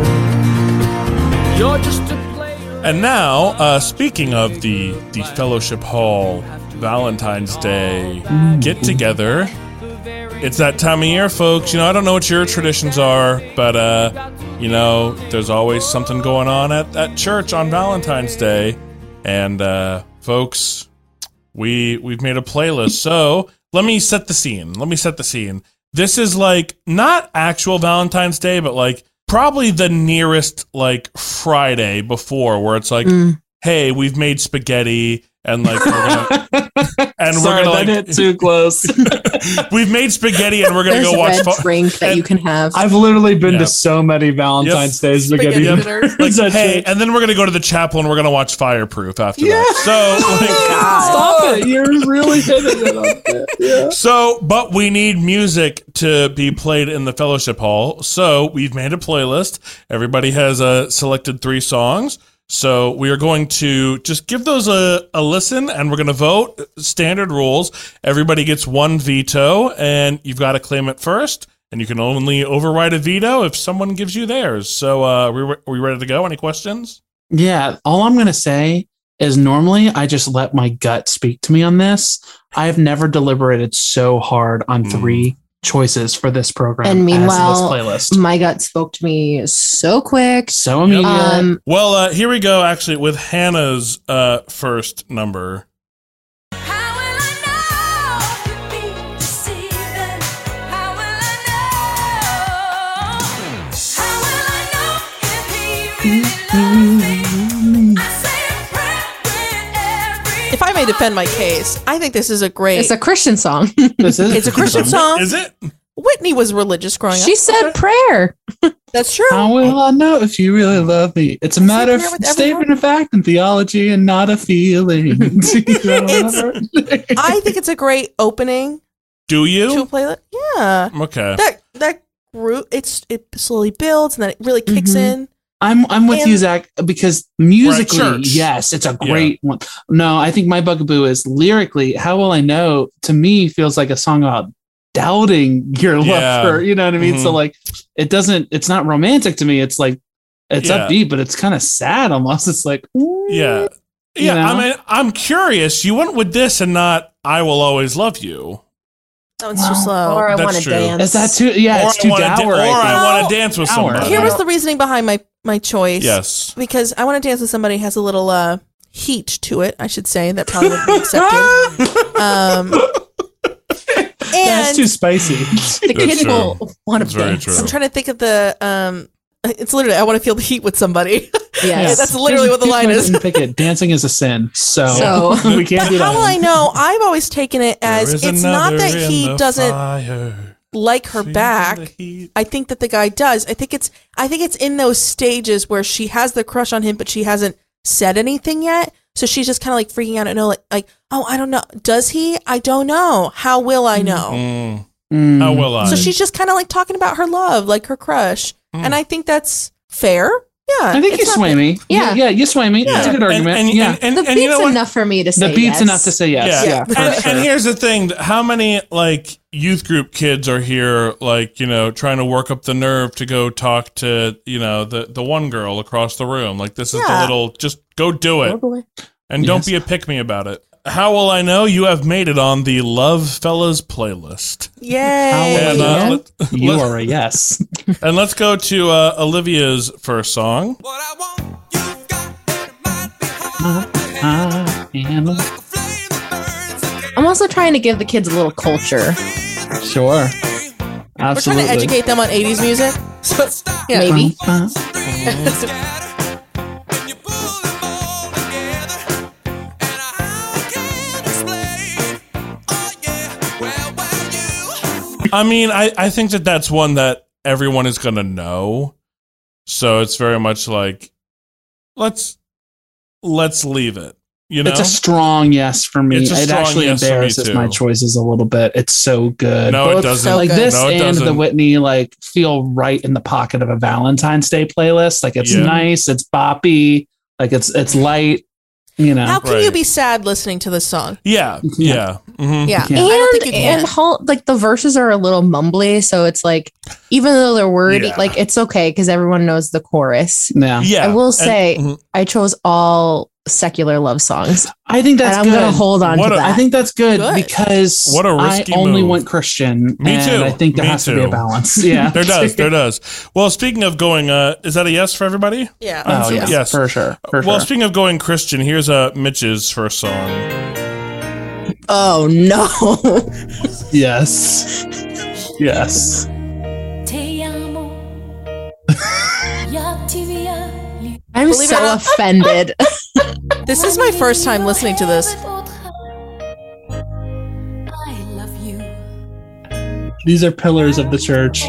You're just a player. And now, uh, speaking of the the Fellowship Hall Valentine's Day get together, it's that time of year, folks. You know, I don't know what your traditions are, but uh, you know, there's always something going on at, at church on Valentine's Day, and uh, folks, we we've made a playlist. So let me set the scene. Let me set the scene. This is like not actual Valentine's Day, but like probably the nearest like Friday before, where it's like, Mm. hey, we've made spaghetti and like we're gonna, and Sorry, we're that gonna hit too close. like we've made spaghetti and we're gonna There's go watch. red Fo- drink that you can have. I've literally been Yeah. to so many Valentine's Days spaghetti. Spaghetti Yep. dinners. like, Such hey, a- and then we're gonna go to the chapel and we're gonna watch Fireproof after that. Stop it! You're really hitting it. on there. Yeah. So, like, so, but we need music to be played in the fellowship hall. So we've made a playlist. Everybody has uh, selected three songs. So we are going to just give those a, a listen, and we're gonna vote. Standard rules: everybody gets one veto, and you've got to claim it first. And you can only override a veto if someone gives you theirs. So, uh, we re- are we ready to go? Any questions? Yeah, all I'm going to say is normally I just let my gut speak to me on this. I've never deliberated so hard on Mm. three choices for this program And meanwhile- as this playlist. My gut spoke to me so quick. So immediate. Um, Well, uh, here we go. Actually, with Hannah's uh, first number. How will I know I could be deceiving? How will I know? How will I know if he really loves me? I say a prayer with every If I may defend my case, I think this is a great. it's a Christian song. this is it's a Christian song. Is it? Whitney was religious growing she up. said prayer. That's true. How will I know if you really love me? It's a matter of here with statement of fact and theology and not a feeling. I think it's a great opening Do to a you? playlist. Yeah, Okay. that that group. It's it slowly builds and then it really kicks Mhm. in. I'm I'm with And- you, Zach, because musically, church. yes, it's a Yeah. great one. No, I think my bugaboo is lyrically. How will I know? To me, feels like a song about doubting your Yeah. love for. You know what I mean? So Mhm. like, it doesn't. It's not romantic to me. It's like it's Yeah. upbeat, but it's kind of sad almost. It's like ooh. Yeah. You Yeah. know? I mean, I'm curious. You went with this and not "I will always love you," That one's too Wow. slow. or I That's want to true. dance. Is that too? Yeah, or it's too I wanna da- dour. or I think. I want Well, to dance with Dour. someone. Here was the reasoning behind my my choice. yes. because I want to dance with somebody has a little uh, heat to it. I should say that probably would be accepted. Um, That's and too spicy. the That's kids true. will want That's to very dance. true. I'm trying to think of the. Um, it's literally I want to feel the heat with somebody. Yes. that's literally what the line Here's is. Lemon Picket, Dancing is a sin. So, So- we can't But do that. how will I know? I've always taken it as There is it's not another that in he the doesn't. fire. like her back. I think that the guy does. I think it's I think it's in those stages where she has the crush on him, but she hasn't said anything yet. So she's just kind of like freaking out and know, like, like, oh, I don't know. Does he? I don't know. How will I know? Mm. Mm. How will I? So she's just kind of like talking about her love, like her crush, Mm. and I think that's fair. Yeah, I think you it's not- sway me. Yeah. yeah, you sway me. That's a good And, argument. and, yeah, and, and, The and beat's you know what? enough for me to say the beat's yes. enough to say yes. Yeah, Yeah. for and, sure. and here's the thing: how many like youth group kids are here, like you know, trying to work up the nerve to go talk to you know the the one girl across the room? Like this is the Yeah. little, just go do it, Totally. and don't be a pick me about it. How will I know you have made it on the Love Fellas playlist? Yay! And, uh, Yeah. let- you are a yes. and let's go to uh, Olivia's first song. What I want, you've got, and it might be hard to handle. I am Like a flame that burns again. I'm also trying to give the kids a little culture. sure. We're trying to Absolutely. educate them on '80s music. So yeah. Maybe. Uh, Dreams scatter, and you pull them all together. And I can't explain. Oh, yeah, well, well, you. I mean, I, I think that that's one that everyone is going to know. So it's very much like let's let's leave it. You know, It's a strong yes for me. It's a It strong actually yes for me, embarrasses too. my choices a little bit. It's so good. no, both it doesn't. so like good. this No, it and the doesn't. Whitney like feel right in the pocket of a Valentine's Day playlist. Like it's Yeah. nice, it's boppy, like it's it's light. You know, How can Right. you be sad listening to this song? yeah, yeah, Yeah. mhm. Yeah, can't. I don't think you and can. and hol- like the verses are a little mumbly, so it's like even though they're wordy, Yeah. like it's okay because everyone knows the chorus. yeah, yeah. I will And- say- mhm. I chose all secular love songs, I think that's and I'm good. gonna hold on What to a- that. I think that's good, Good. because What a I risky only move. went Christian. Me and too. I think there Me has to be too. a balance. Yeah, there does, there does. Well, speaking of going, uh, is that a yes for everybody? yeah. Oh Absolutely. yeah, Yes. for sure. For Well, sure. speaking of going Christian, here's uh, Mitch's first song. oh no, Yes. Yes. Te amo. Ya ti vi amo. I'm Believe it or so not- offended. This is my first time listening to this. I love you. These are pillars of the church.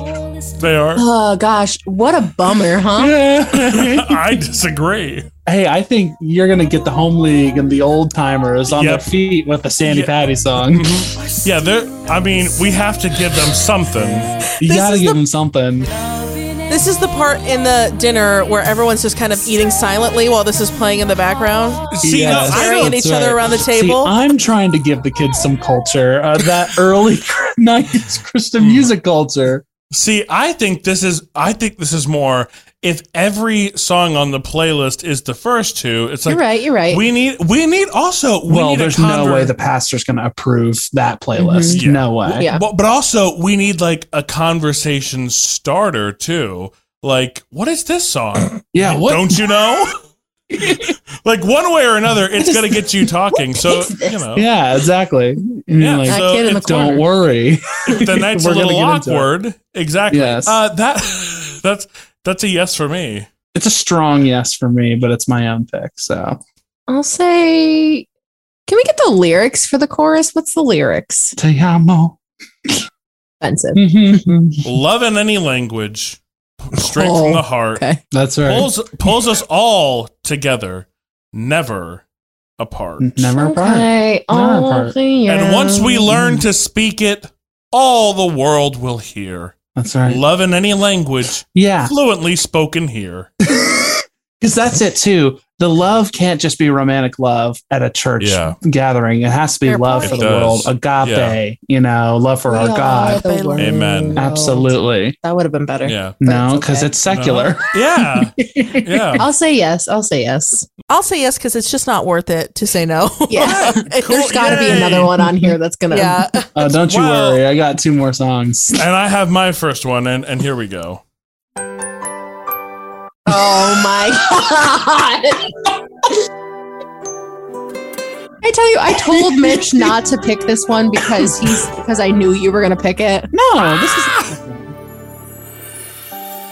They are. oh gosh, what a bummer, huh? I disagree. Hey, I think you're gonna get the home league and the old timers on Yep. their feet with the Sandy Yeah. Mm-hmm. Patty song. Yeah, they're. I mean, we have to give them something. you This gotta is give the- them something. This is the part in the dinner where everyone's just kind of eating silently while this is playing in the background. See, no, Yes. I Staring don't at each That's other right. around the See, table. I'm trying to give the kids some culture, uh, that early '90s Christian music culture. See, I think this is I think this is more if every song on the playlist is the first two, it's like You're right. You're right. we need we need also we well, need a there's no conver- way the pastor's going to approve that playlist. Mhm. Yeah. No way. Yeah. but, but also we need like a conversation starter too. Like, what is this song? Yeah. What? Don't you know? like one way or another, it's gonna get you talking. So is this? you know Yeah. Exactly. And you're Yeah. like, that so kid in the it's- corner. don't worry. the night's a We're gonna little get into it. awkward. Exactly. Yes. Uh that that's that's a yes for me. It's a strong yes for me, but it's my own pick. So I'll say. Can we get the lyrics for the chorus? What's the lyrics? te amo. Offensive. Hmm. Mhm. Love in any language. Straight Oh, from the heart. Okay. That's right. pulls pulls us all together, never apart. Never apart. Okay. Not a Oh, part. yeah. And once we learn to speak it, all the world will hear. That's right. Ah. Love in any language, Yeah. fluently spoken here. Because that's it too. The love can't just be romantic love at a church Yeah. gathering. It has to be Fair love point. for It the does. world, agape, you know, love for our We are God. the world. Amen. Absolutely. That would have been better. Yeah. But No, it's because okay. it's secular. Yeah. Yeah. I'll say yes. I'll say yes. I'll say yes because it's just not worth it to say no. Yeah. Cool. There's got to be Yay. another one on here that's gonna. yeah. Oh, don't you Well- worry. I got two more songs. And I have my first one, and, and here we go. Oh my god. I tell you, I told Mitch not to pick this one because he's because I knew you were gonna pick it. No, this is.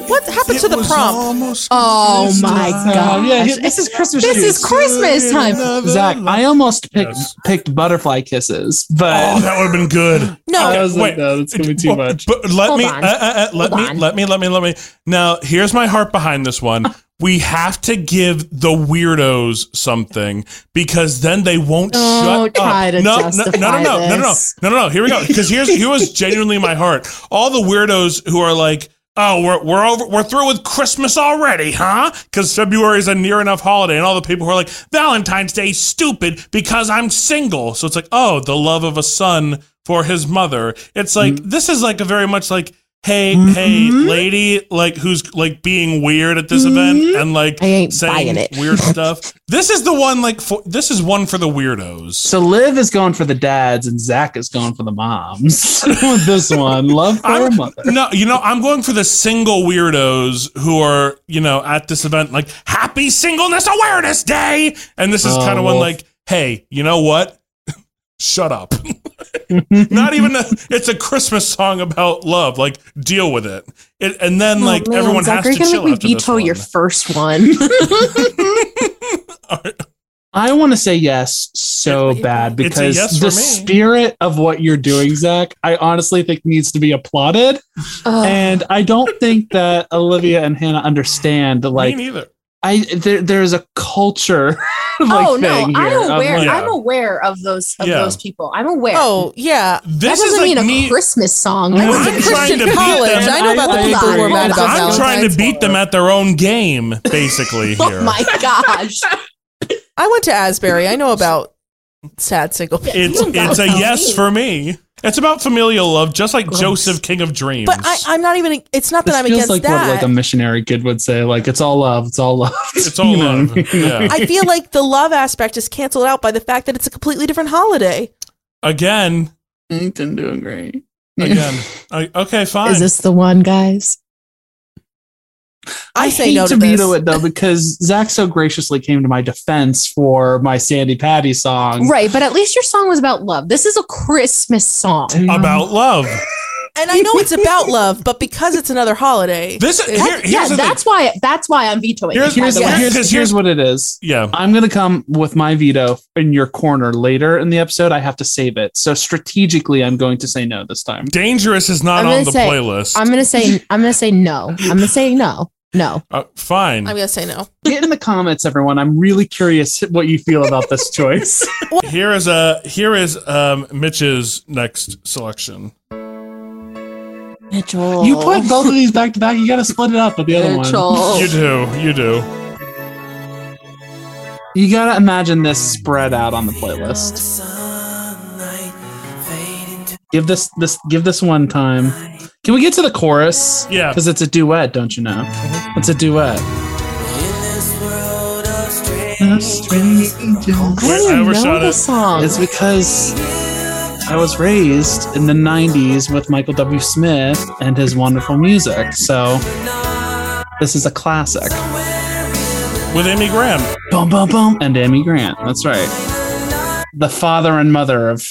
What happened to the prompt? Oh my Um, gosh. yeah, he- this is Christmas. This is juice. Christmas time. Zach. I almost picked Yes. picked butterfly kisses, Oh, but that would have been good. I No, was like, Wait. no, that's gonna be too Well, much. But let Hold me, on. uh, uh, uh, let Hold me, on. Uh. let me, let me, let me. Now, here's my heart behind this one. We have to give the weirdos something because then they won't Don't shut try up. to no, no, justify no, no, no, no, no, this. no, no, no. Here we go. Because here's here was genuinely my heart. All the weirdos who are like. Oh, we're we're over. We're through with Christmas already, huh? Because February is a near enough holiday, and all the people who are like Valentine's Day, stupid because I'm single. So it's like, oh, the love of a son for his mother. It's like Mm-hmm. this is like a very much like, hey, hey, lady, like who's like being weird at this event and like Mm-hmm. I ain't saying buying it. weird stuff. This is the one like for this is one for the weirdos. So Liv is going for the dads, and Zach is going for the moms. With this one, love for a I'm- mother. No, you know, I'm going for the single weirdos who are, you know, at this event, like, Happy Singleness Awareness Day. And this is Oh, kind of one well. like, hey, you know what? Shut up. Not even a, it's a Christmas song about love. Like, deal with it. it and then, Oh, like, man, everyone Zach, has to You're chill gonna make after me this veto one. your first one. I want to say yes so It- it- bad it's a because yes for the me. spirit of what you're doing, Zach, I honestly think needs to be applauded. Ugh. And I don't think that Olivia and Hannah understand. Like, Me neither. I there, there's a culture. like, oh no, thing here I'm of, aware. like, Yeah. I'm aware of those of Yeah. those people. I'm aware. oh yeah. This that is doesn't like mean a me. Christmas song. I'm I trying went to to Christian beat them. college. I know about the I- people who are I- mad about I'm Valentine's trying to Valentine's. beat them at their own game, basically. Here. Oh my gosh. I went to Asbury. I know about sad single people. It's it's a That's yes mean. for me. It's about familial love, just like Gross. Joseph, King of Dreams. But I, I'm not even. It's not This that I'm feels against like that. what like a missionary kid would say. Like, it's all love. It's all love. it's all you know. love. Yeah. I feel like the love aspect is canceled out by the fact that it's a completely different holiday. Again, Didn't do great. again. I, okay, fine. Is this the one, guys? I, say hate no to to this. veto it though because Zach so graciously came to my defense for my Sandy Patty song. Right, but at least your song was about love. This is a Christmas song. about love. And I know it's about love, but because it's another holiday, This here, That's- here's yeah, the that's thing. why that's why I'm vetoing. Here's- it, by Here's, the way. Yeah. here's, Because here's, here's- what it is. Yeah. I'm gonna come with my veto in your corner later in the episode. I have to save it. So strategically, I'm going to say no this time. Dangerous is not I'm on gonna the say- playlist. I'm gonna say I'm gonna say no. I'm gonna say no. No. Uh, fine. I'm gonna say no. Get in the comments, everyone. I'm really curious what you feel about this choice. here is a here is um Mitch's next selection. Mitchell. you put both of these back to back. You gotta split it up with the other one. Mitchell. You do. You do. You gotta imagine this spread out on the playlist. Give this this give this one time. Can we get to the chorus? Yeah. Because it's a duet, don't you know? It's a duet. I don't I even overshot know it. the song. It's because I was raised in the 90s with Michael W. Smith and his wonderful music. So this is a classic. With Amy Graham. Boom, boom, boom. And Amy Grant. That's right. The father and mother of.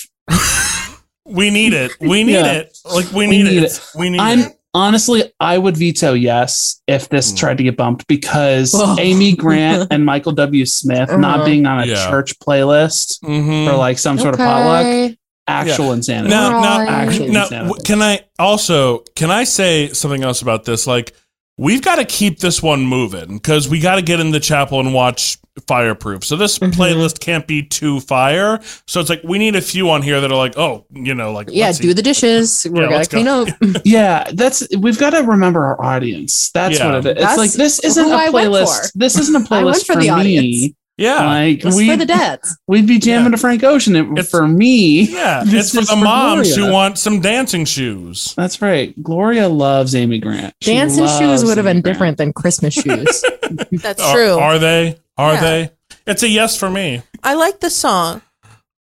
We need it. We need Yeah. it. Like we need, need it. it. We need I'm it. honestly, I would veto yes if Hmm. this tried to get bumped because Whoa. Amy Grant and Michael W. Smith not Uh-huh. being on a Yeah. church playlist Mhm. for like some sort of Okay. potluck, actual insanity. Now, now, Right. actually, Actually now, sound. w- can I also can I say something else about this? Like, we've got to keep this one moving because we got to get in the chapel and watch Fireproof. So this playlist can't be too fire. So it's like we need a few on here that are like, oh, you know, like Yeah, let's do see. the dishes. We're Yeah, gonna let's go. clean up. Yeah, that's we've got to remember our audience. That's Yeah. what it is. It's That's like this isn't who a I went playlist. for. This isn't a I went playlist for, for the me. audience. yeah, Like It's for the we dads. we'd be jamming to Frank Ocean it- It's- for me. yeah. This It's for is the for moms Gloria. who want some dancing shoes. That's right. Gloria loves Amy Grant. She Dancing shoes loves would have Amy been Grant. different than Christmas shoes. That's Are- true. Uh, Are, they? Are Yeah. they? It's a yes for me. I like the song.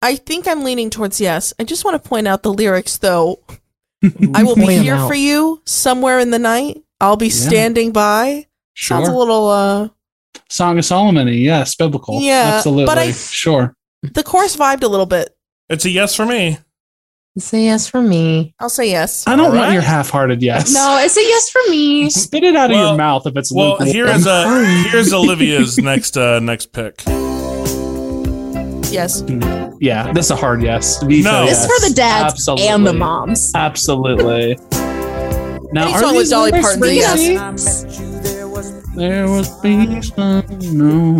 I think I'm leaning towards yes. I just want to point out the lyrics though. I will be Point 'em here out. for you somewhere in the night. I'll be Yeah. standing by. Sounds a Sure. little uh Song of Solomon. Yes, biblical. Yeah, absolutely. but I- sure. the chorus vibed a little bit. It's a yes for me. It's a yes for me. I'll say yes. I don't Alright. want your half-hearted yes. No, it's a yes for me. Spit it out of Well- your mouth if it's Well, lukewarm. here is uh, here's Olivia's next uh, next pick. Yes. yeah, this is a hard yes. Veto No. This This is is for the dads Absolutely. and the moms. Absolutely. Now, Any are song with these Dolly lyrics Parton's a yes. racy? There was peace, no.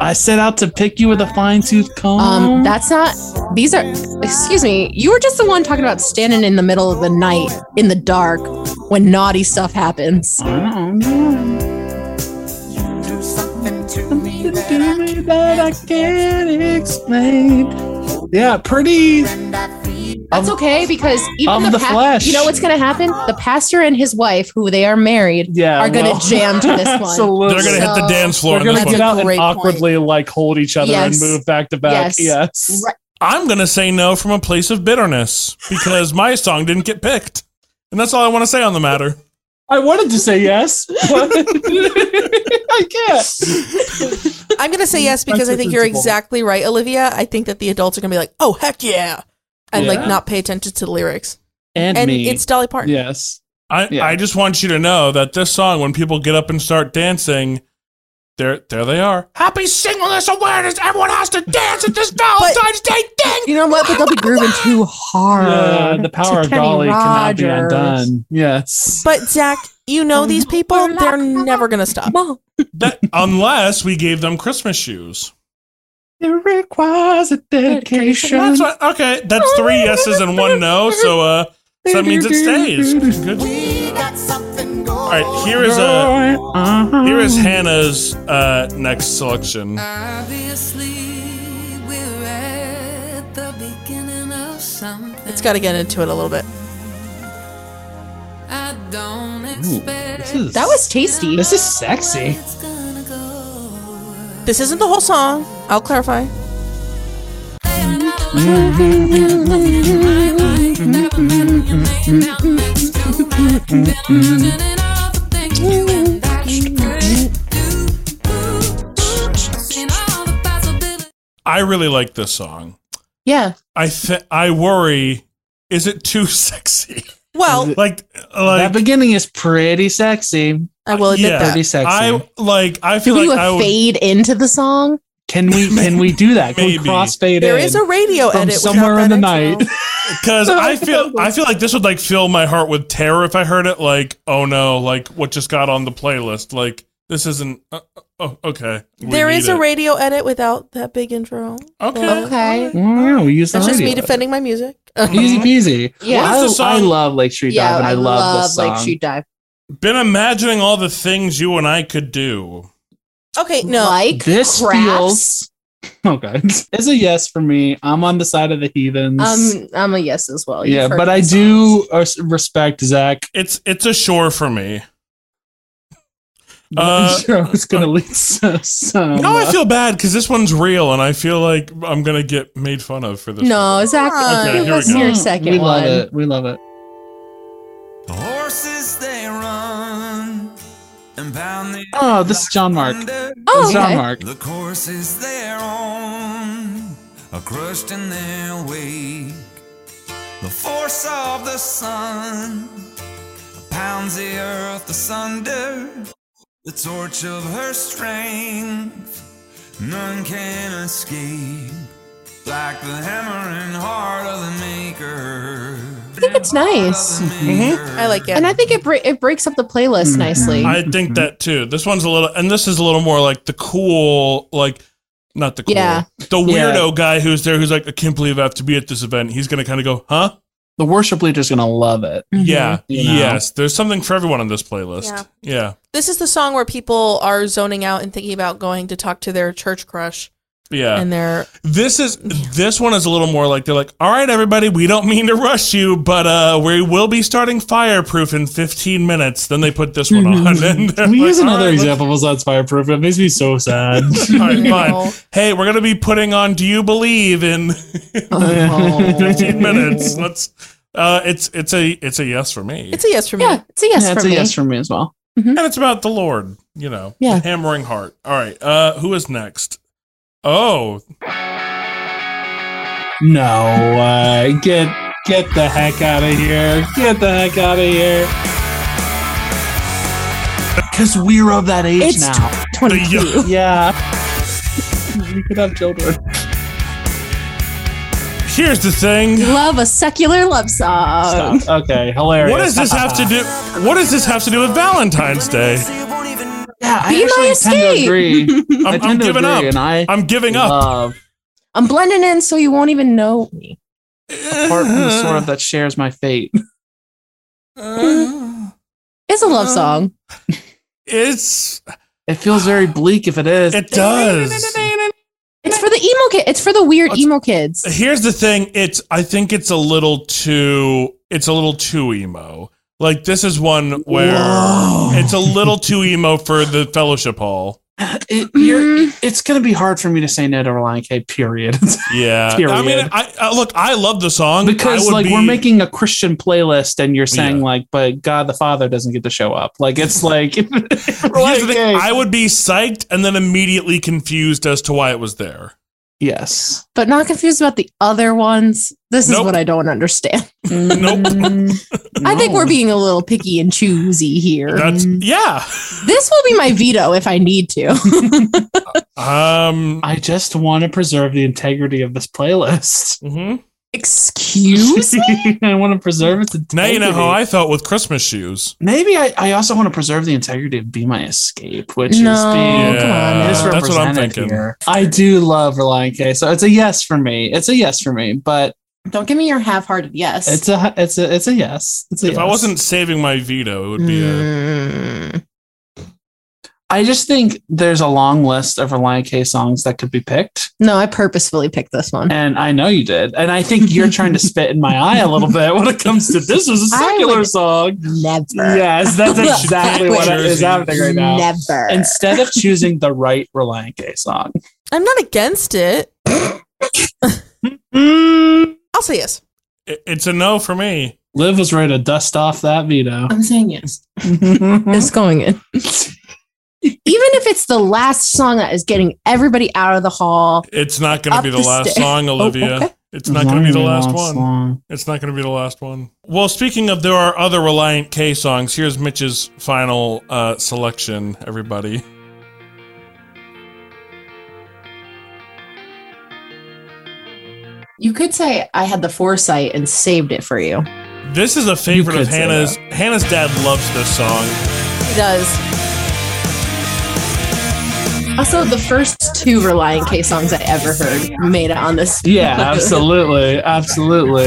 I set out to pick you with a fine tooth comb. Um, that's not. These are. Excuse me. You were just the one talking about standing in the middle of the night in the dark when naughty stuff happens. I don't know. You do something to me that I can't explain. Yeah, pretty. That's Of- okay because even of the, the pa- flesh. You know what's going to happen? The pastor and his wife, who they are married, Yeah, are going to well, jam to this one. Absolutely. They're gonna hit the So, dance floor They're in this gonna one. That's a get out and great point. awkwardly like hold each other Yes. and move back to back. Yes. Yes. Right. I'm gonna say no from a place of bitterness because my song didn't get picked, and that's all I want to say on the matter. I wanted to say yes, but I can't. I'm going to say yes because That's I think you're sensible. exactly right, Olivia. I think that the adults are going to be like, oh, heck yeah. And like Yeah. not pay attention to the lyrics. And it's Dolly Parton. yes. I, Yeah. I just want you to know that this song, when people get up and start dancing, there there they are. Happy singleness awareness. Everyone has to dance at this Valentine's Day thing. You know what? But they'll be grooving too hard. Yeah, the power Uh, to of Kenny Dolly cannot be Rogers. undone. Yes. But Zach, you know these people, they're never going to stop. Well, That, unless we gave them Christmas shoes. It requires a dedication. That's what, okay. That's three yeses and one no. So uh, so that means it stays. Good. All right. Here is uh Uh-huh. here is Hannah's uh next selection. Obviously, we're at the beginning of something. It's got to get into it a little bit. I don't Ooh, expect this is, that was tasty. this is sexy. it's gonna go. This isn't the whole song. I'll clarify. I really like this song. Yeah. I th- I worry. Is it too sexy? Well, Like that like beginning is pretty sexy. I will admit yeah. that. Pretty sexy. I like. I Do feel we do like a I would. fade into the song? Can we can we do that? Can we Maybe. crossfade There in? is a radio from edit without somewhere in the that night. intro. Because I feel I feel like this would like fill my heart with terror if I heard it. Like, oh no, like what just got on the playlist? Like this isn't. Uh, oh, okay. We There need is a it. radio edit without that big intro. Okay. Okay. Mm, yeah, we use the That's just me radio. defending my music. Easy Uh-huh. peasy. Yeah. What is the I, I song? love Lake Street Dive, and I, love, this song. like shoot dive. Been imagining all the things you and I could do. okay, no. like this crafts. feels okay. It's a yes for me. I'm on the side of the heathens. Um, I'm a yes as well. You've yeah, heard but I this do uh, respect Zach. It's it's a sure for me. Uh, I was gonna lead so, so No, I uh, feel bad because this one's real, and I feel like I'm gonna get made fun of for this. song. No, exactly. Okay, Give here we us go. your mm, second we one. love it. We love it. Horses they run and pound the Oh, this is John Mark. thunder. Oh, This is John okay. Mark. The courses they're on are crushed in their wake. The force of the sun pounds the earth asunder. The torch of her strength, none can escape. Like the hammering heart of the maker. I think it's nice. I like it. And I think it bre- it breaks up the Hmm. playlist nicely. Mm-hmm. I think that too. This one's a little, and this is a little more like the cool, like not the cool, Yeah. the weirdo guy who's there, who's like, I can't believe I have to be at this event. He's gonna kind of go, huh? The worship leader's gonna love it. Yeah, Mm-hmm. You know? yes. There's something for everyone on this playlist. Yeah, This is the song where people are zoning out and thinking about going to talk to their church crush yeah. and their this is this one is a little more like they're like, all right, everybody, we don't mean to rush you, but uh, we will be starting fireproof in 15 minutes. Then they put this one on. And they're Can we like, use "All Mm-hmm. another right, let's example besides fireproof? It makes me so sad. All right, No. fine. Hey, we're gonna be putting on "Do You Believe" in Oh, uh, fifteen minutes. Let's. Uh, it's it's a it's a yes for me, It's a yes for me. yeah, it's a yes yeah, for it's a me. yes for me as well. and it's about the Lord. You know, Yeah. the hammering heart. All right, uh, who is next? Oh, No way. Get get the heck out of here. Get the heck out of here. Because we're of that age It's now. The 22. young- yeah. we could have children. Here's the thing. Love a secular love song. Stop. okay, hilarious. What does this have to do? What does this have to do with Valentine's Day? Yeah, I Be my actually tend to escape. agree. I I'm, tend I'm to giving agree, and up. I I'm giving up. love I'm blending in so you won't even know me. apart from the sort of that shares my fate. It's a Uh-huh. love song. It's It feels very bleak if it is. it does. It's for the emo kid. It's for the weird emo kids. Here's the thing. It's I think it's a little too. It's a little too emo. Like this is one where it's a little too emo for the fellowship hall. uh, It- mm-hmm. you're- it's going to be hard for me to say no to Reliant K, period. Yeah. I mean, Period. I, I look. I love the song I because would like be- we're making a Christian playlist and you're saying Yeah. like, but God the Father doesn't get to show up. Like it's like, Here's the Reliant thing, K. I would be psyched and then immediately confused as to why it was there. yes. But not confused about the other ones. This is Nope. what I don't understand. Mm. I I think we're being a little picky and choosy here. That's Mm. yeah. this will be my veto if I need to. Um. I just want to preserve the integrity of this playlist. mhm. Excuse me? I want to preserve its integrity. Now you know how I felt with Christmas shoes. Maybe I, I also want to preserve the integrity of "Be My Escape," which No, is being come on. Yeah, now. Uh, that's what I'm misrepresented thinking. here. I do love Reliant K, so it's a yes for me. It's a yes for me, but Don't give me your half-hearted yes. it's a it's a it's a yes. It's a If I yes. wasn't saving my veto, it would be a. Mm. I just think there's a long list of Reliant K songs that could be picked. No, I purposefully picked this one. And I know you did. And I think you're trying to spit in my eye a little bit when it comes to this was a I secular would- song. Never. Yes, that's Look, exactly what is Jersey. happening right now. Never. Instead of choosing the right Reliant K song. I'm not against it. I'll say yes. it- It's a no for me. Liv was ready to dust off that veto. I'm saying yes. It's going in. Even if it's the last song that is getting everybody out of the hall, It's not going to Up be the the last stair. song, Olivia. okay. It's not going to be the last one. It's not going to be the last one. Well, speaking of, there are other Reliant K songs. Here's Mitch's final uh, selection, everybody. you could say I had the foresight and saved it for you. This is a favorite You of could say Hannah's. Hannah's dad loves this song. He does. Also, the first two Reliant K songs I ever heard made it on this. Yeah, absolutely. Absolutely.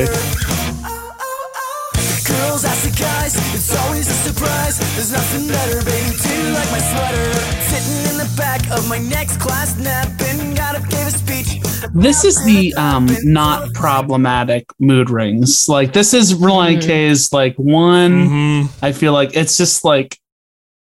Girls ask the guys, it's always a surprise. There's nothing better, baby. Do you like my sweater? Sitting in the back of my next class napping. Got up, gave a speech. This is the um not problematic mood rings. Like this is Reliant K's like one. hmm I feel like it's just like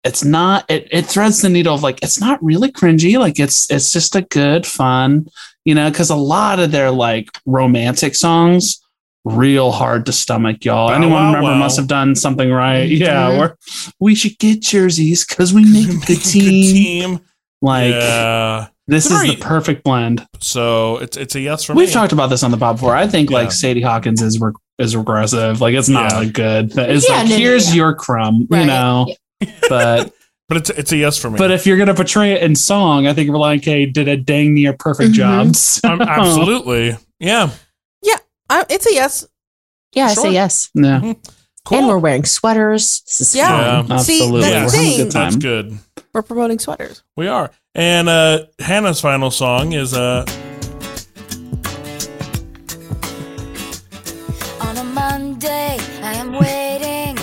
it's not it, it threads the needle of like it's not really cringy. Like it's it's just a good fun, you know, because a lot of their like romantic songs real hard to stomach, y'all. Bow, Anyone wow, remember wow. must have done something right. Mhm. Yeah, we're, we should get jerseys because we make a good team. team. Like yeah. this is Very- the perfect blend. So it's it's a yes for We've me. talked about this on the pod before. I think Yeah. like Sadie Hawkins is reg- is regressive. Like it's not Yeah. a good. thing. It's Yeah, like no, no, here's yeah. your crumb, Right. you know. But but it's it's a yes for me. but if you're gonna portray it in song, I think Reliant K did a dang near perfect Mm-hmm. job. So- I'm, absolutely, yeah, I, it's a yes. Yeah, I Sure. say yes. Yeah, Um, cool. And we're wearing sweaters. This is Yeah. fun. Yeah. See, absolutely. that's We're the having a thing. good time. That's good. We're promoting sweaters. We are. And uh, Hannah's final song is uh, On a Monday, I am waiting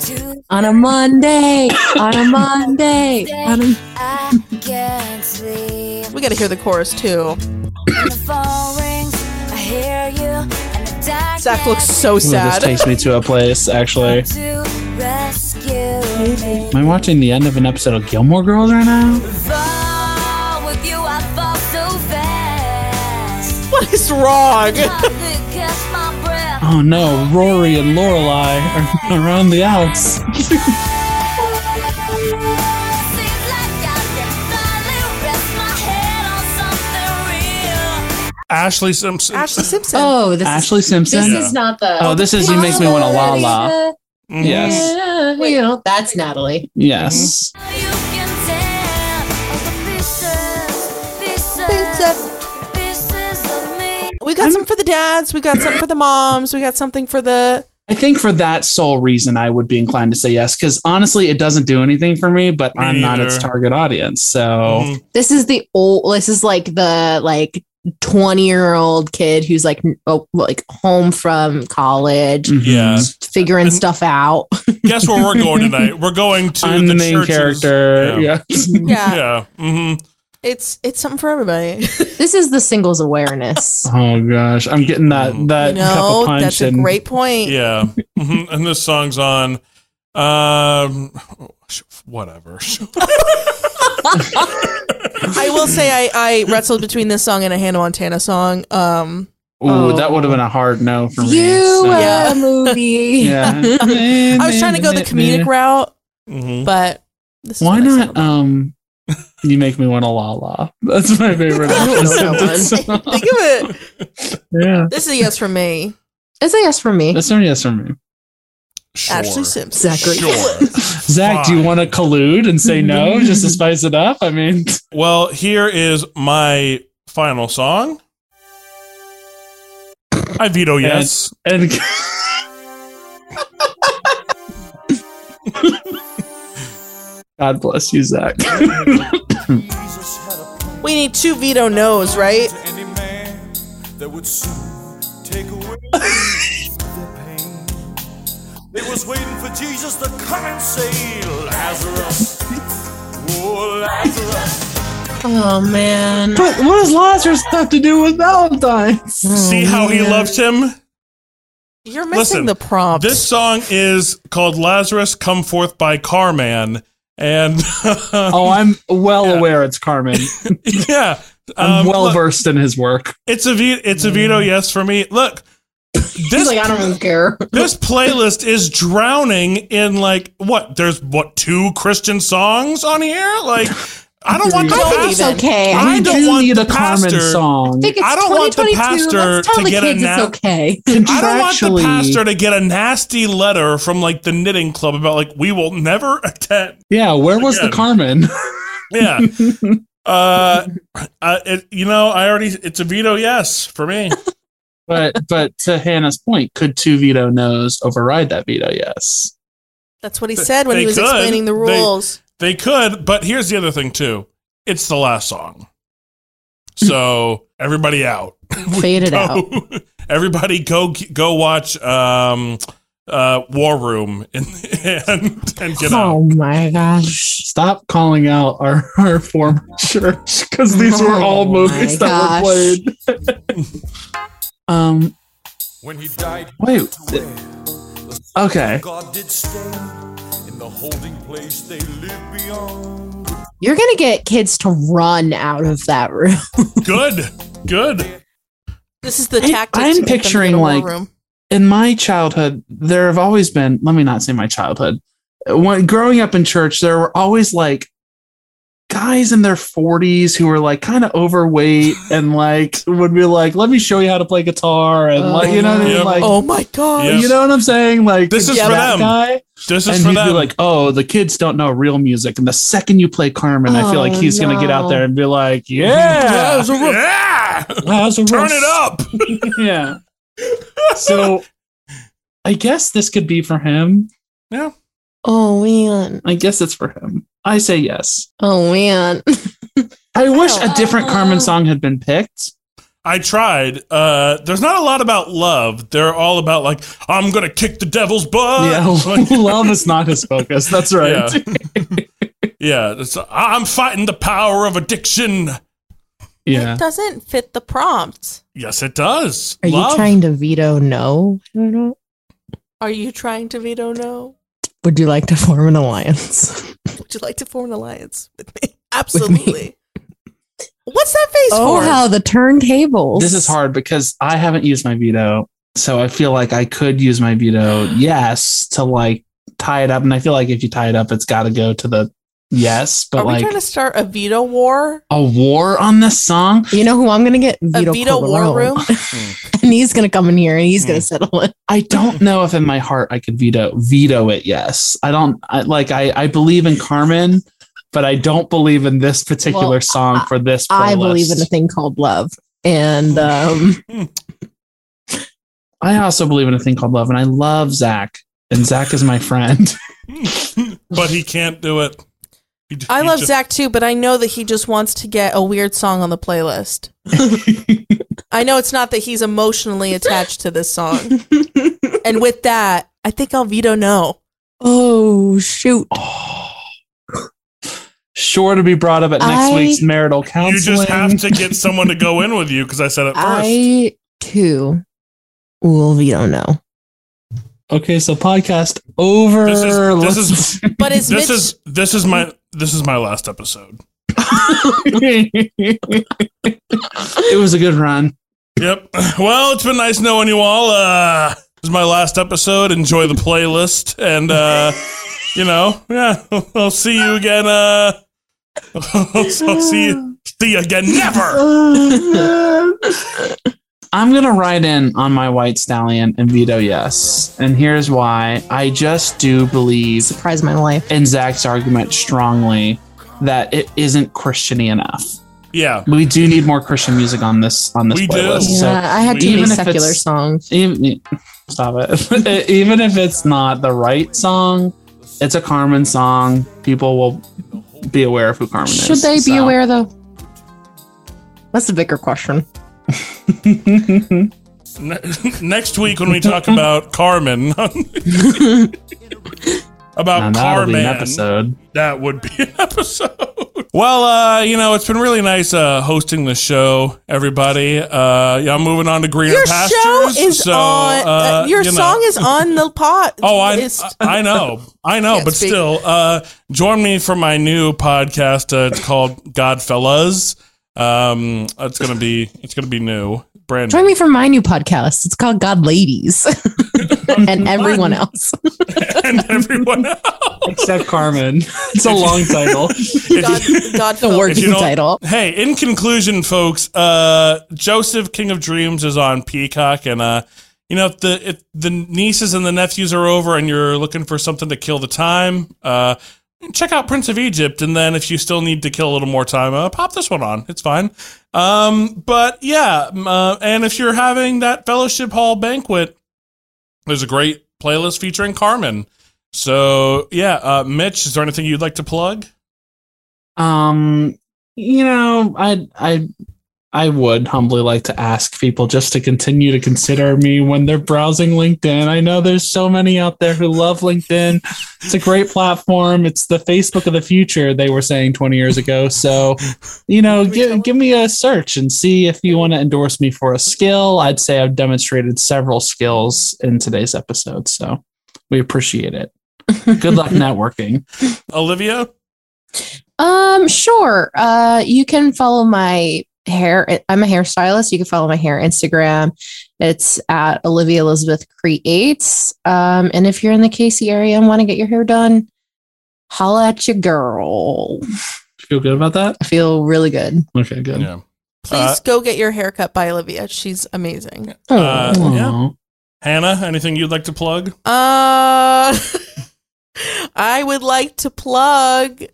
to On a Monday, on a Monday, on a I can't sleep. We got to hear the chorus too. When the phone rings, I hear you, and the darkness Zach looks so Ooh, this sad. takes me to a place. Actually, to rescue me. am I watching the end of an episode of Gilmore Girls right now? Fall with you, I fall so fast. What is wrong? Hard to catch my breath. Oh no, Rory and Lorelai are around the outs. Seems like I can finally rest my head on something real. Ashley Simpson. Ashley Simpson. Oh, this is Ashley Simpson. This Yeah. is not the. Oh, this is You Make Me Wanna La La. Mhm. Yes. You know, that's Natalie. Yes. You can tell all the pieces, pieces, Pieces. pieces of me. We got some for the dads. We got some for the moms. We got something for the. I think for that sole reason, I would be inclined to say yes, because honestly, it doesn't do anything for me, but Me I'm not its either. target audience. So Mhm. This is the old. This is like the like twenty year old kid who's like n- oh, like home from college, mhm. Mm-hmm. Yeah. figuring And- stuff out. Guess where we're going tonight? We're going to I'm the, main churches. character. Yeah. Yeah, Yeah. hmm it's it's something for everybody. This is the singles awareness. Oh gosh, I'm getting that Mm-hmm. that you cup of know, punch that's a and great point. Yeah. Mhm. And this song's on. Um, whatever. I will say I I wrestled between this song and a Hannah Montana song. Um, ooh, Oh. that would have been a hard no for me. you so- uh, movie. yeah. I was trying to go the comedic route, Mhm. but this is Why what I not? settled on. Um, you make me want to la la. That's my favorite. that uh, Think of it. yeah, This is a yes for me. It's a yes from me. that's only yes for me. Sure. Ashley Simpson. Zachary. Sure. Zach, do you want to collude and say no just to spice it up? I mean, Well, here is my final song. I veto yes. and God bless you, Zach. We need two veto no's, right? Any man that would soon take away their pain. They was waiting for Jesus to come and say, Lazarus, oh Lazarus. Oh man. but what does Lazarus have to do with Valentine's? See how he man. loves him? You're missing Listen, the prompt. This song is called Lazarus Come Forth by Carman. And Oh, I'm well aware it's Carmen. yeah. um, I'm well look, versed in his work. it's a ve- it's a veto yes for me. Look. He's This like, I don't even care. this playlist is drowning in like what? There's what two Christian songs on here? Like I don't want the I think it's pastor. okay. I I We don't do want need the a Carmen pastor- song. think it's I don't want the 2022. pastor Let's tell to the get a kids nap. it's okay. I don't want the Contractually- pastor to get a nasty letter from like the knitting club about like we will never attend. Yeah, where was Again. the Carmen? Yeah. uh, uh it, you know, I already it's a veto yes for me. but but to Hannah's point, could two veto no's override that veto? Yes. That's what he said when They he was could. explaining the They- rules. They could, but here's the other thing too. It's the last song. So, everybody out. Fade it out. Go- everybody go go watch um uh War Room and and, and get out. Oh my gosh. Stop calling out our, our former church because these were all Oh my movies that gosh. were played. um. When he died, Wait. Okay. God did stay in the holding place they live beyond. You're gonna get kids to run out of that room. Good. Good. This is the I- tactic. to I'm get them to picturing, get a war like, room. in my childhood, there have always been, let me not say my childhood, when growing up in church, there were always like guys in their 40s who were like kind of overweight and like would be like, let me show you how to play guitar. And like, you know what I mean? Yep. Like, oh my god. Yeah. you know what I'm saying? Like, This is that for them. guy. This And is he'd for them. be like, oh, the kids don't know real music. And the second you play Carmen, I feel like Oh, he's going to get out no. there and be like, yeah, yeah. Lazarus." Turn it up. yeah. So I guess this could be for him. Oh man. I guess it's for him. I say yes. Oh man. I wish a different Carmen song had been picked. I tried. Uh, there's not a lot about love. They're all about like I'm gonna kick the devil's butt. yeah, Like, love is not his focus. That's right. Yeah. yeah. It's, I'm fighting the power of addiction. It doesn't fit the prompt. Yes, it does. Are love. you trying to veto no? Are you trying to veto no? Would you like to form an alliance? Would you like to form an alliance with me? Absolutely. What's that face Oh for? how the turntables. This is hard because I haven't used my veto. So I feel like I could use my veto, yes, to like tie it up. And I feel like if you tie it up, it's got to go to the Yes, but Are we like trying to start a veto war? a war on this song. You know who I'm gonna get? A veto war Corleone. room? and he's gonna come in here and he's gonna settle it. I don't know if in my heart I could veto veto it. Yes, I don't I, like. I I believe in Carmen, but I don't believe in this particular Well, song for this. I believe in a playlist. thing called love, and um, I also believe in a thing called love, and I love Zach, and Zach is my friend. Hmm. but he can't do it. He ju- I he love just- Zach too, but I know that he just wants to get a weird song on the playlist. I know it's not that he's emotionally attached to this song. um, and with that, I think I'll veto no. oh shoot, Oh. Sure to be brought up at next I- week's marital counseling. You just have to get someone to go in with you because I said it first. I too will veto no. Okay, so podcast over. This is- this is- But is this Mitch is this is my this is my last episode. it was a good run. Yep. Well, it's been nice knowing you all. Uh, this is my last episode. Enjoy the playlist, and uh, you know, yeah, I'll see you again. Uh, I'll see you, see you again. Never. I'm gonna ride in on my white stallion and veto yes. And here's why. I just do believe Surprise my life. in Zach's argument strongly that it isn't Christiany enough. Yeah. We do need more Christian music on this on this We do. playlist. Yeah, So I had too even many if it's- secular songs. even, stop it. even if it's not the right song, it's a Carmen song. People will be aware of who Carmen is. Should they be so. aware though? That's the bigger question. Ne- next week when we talk about Carmen, Now about that'll be Carmen, an episode. that would be an episode. Well, uh, you know, it's been really nice uh, hosting the show, everybody. Uh, yeah, I'm moving on to greener your pastures. show is so, on uh, uh, your you know. song is on the pot. Oh, I, It's- I I know, I know, Can't but speak. still, uh, join me for my new podcast. Uh, it's called Godfellas. Um, it's gonna be it's gonna be new, brand Join me for my new podcast. It's called God Ladies and everyone else. new, and everyone else. Except Carmen. It's a long title. God, God The If you working don't- title. Hey, in conclusion, folks, uh, Joseph King of Dreams is on Peacock, and uh, you know if the if the nieces and the nephews are over, and you're looking for something to kill the time, uh, check out Prince of Egypt, and then if you still need to kill a little more time, uh, pop this one on. It's fine. Um, but yeah, um, uh, and if you're having that fellowship hall banquet, there's a great playlist featuring Carmen. So yeah, uh, Mitch, is there anything you'd like to plug? Um, you know, I I I would humbly like to ask people just to continue to consider me when they're browsing LinkedIn. I know there's so many out there who love LinkedIn. It's a great platform. It's the Facebook of the future, they were saying 20 years ago. So, you know, give give me a search and see if you want to endorse me for a skill. I'd say I've demonstrated several skills in today's episode. So we appreciate it. Good luck networking. Olivia. Um, sure. Uh, you can follow my hair. I'm a hairstylist. You can follow my hair Instagram. It's at Olivia Elizabeth Creates. Um, and if you're in the Casey area and want to get your hair done, holla at your girl. Feel good about that? I feel really good. Okay, good. Yeah. please Uh, go get your haircut by Olivia. She's amazing. Uh, Oh. yeah. Aw. Hannah, anything you'd like to plug? Uh, I would like to plug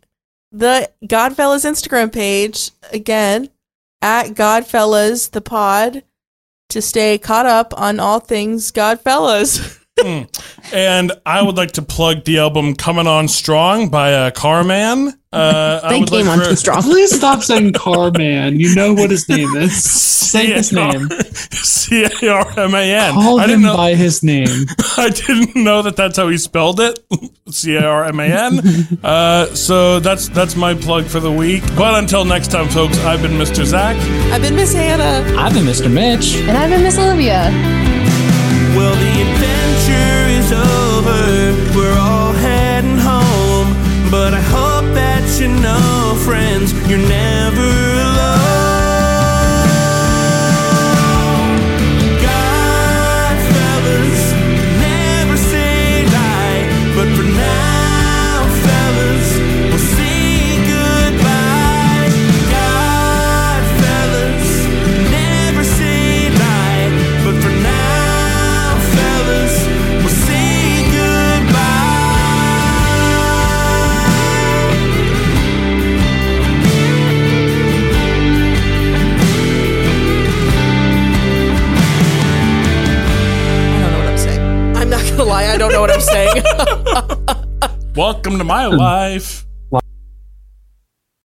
the Godfellas Instagram page again at Godfellas the pod to stay caught up on all things Godfellas. Hmm. and I would like to plug the album "Coming On Strong" by uh, Carman. Uh, I they would came like on for- too strong. Please stop saying Carman. You know what his name is. Say his name. C A R M A N. Call I didn't him know. by his name. I didn't know that that's how he spelled it. C A R M A N. Uh, So that's that's my plug for the week. But until next time, folks, I've been Mr. Zach. I've been Miss Hannah. I've been Mr. Mitch. And I've been Miss Olivia. Well, the adventure is over. We're all heading home. But I hope that you know, friends, you're never alone. Godfellas never say die. But for now, fellas, we'll see to lie. I don't know what I'm saying. Welcome to my life.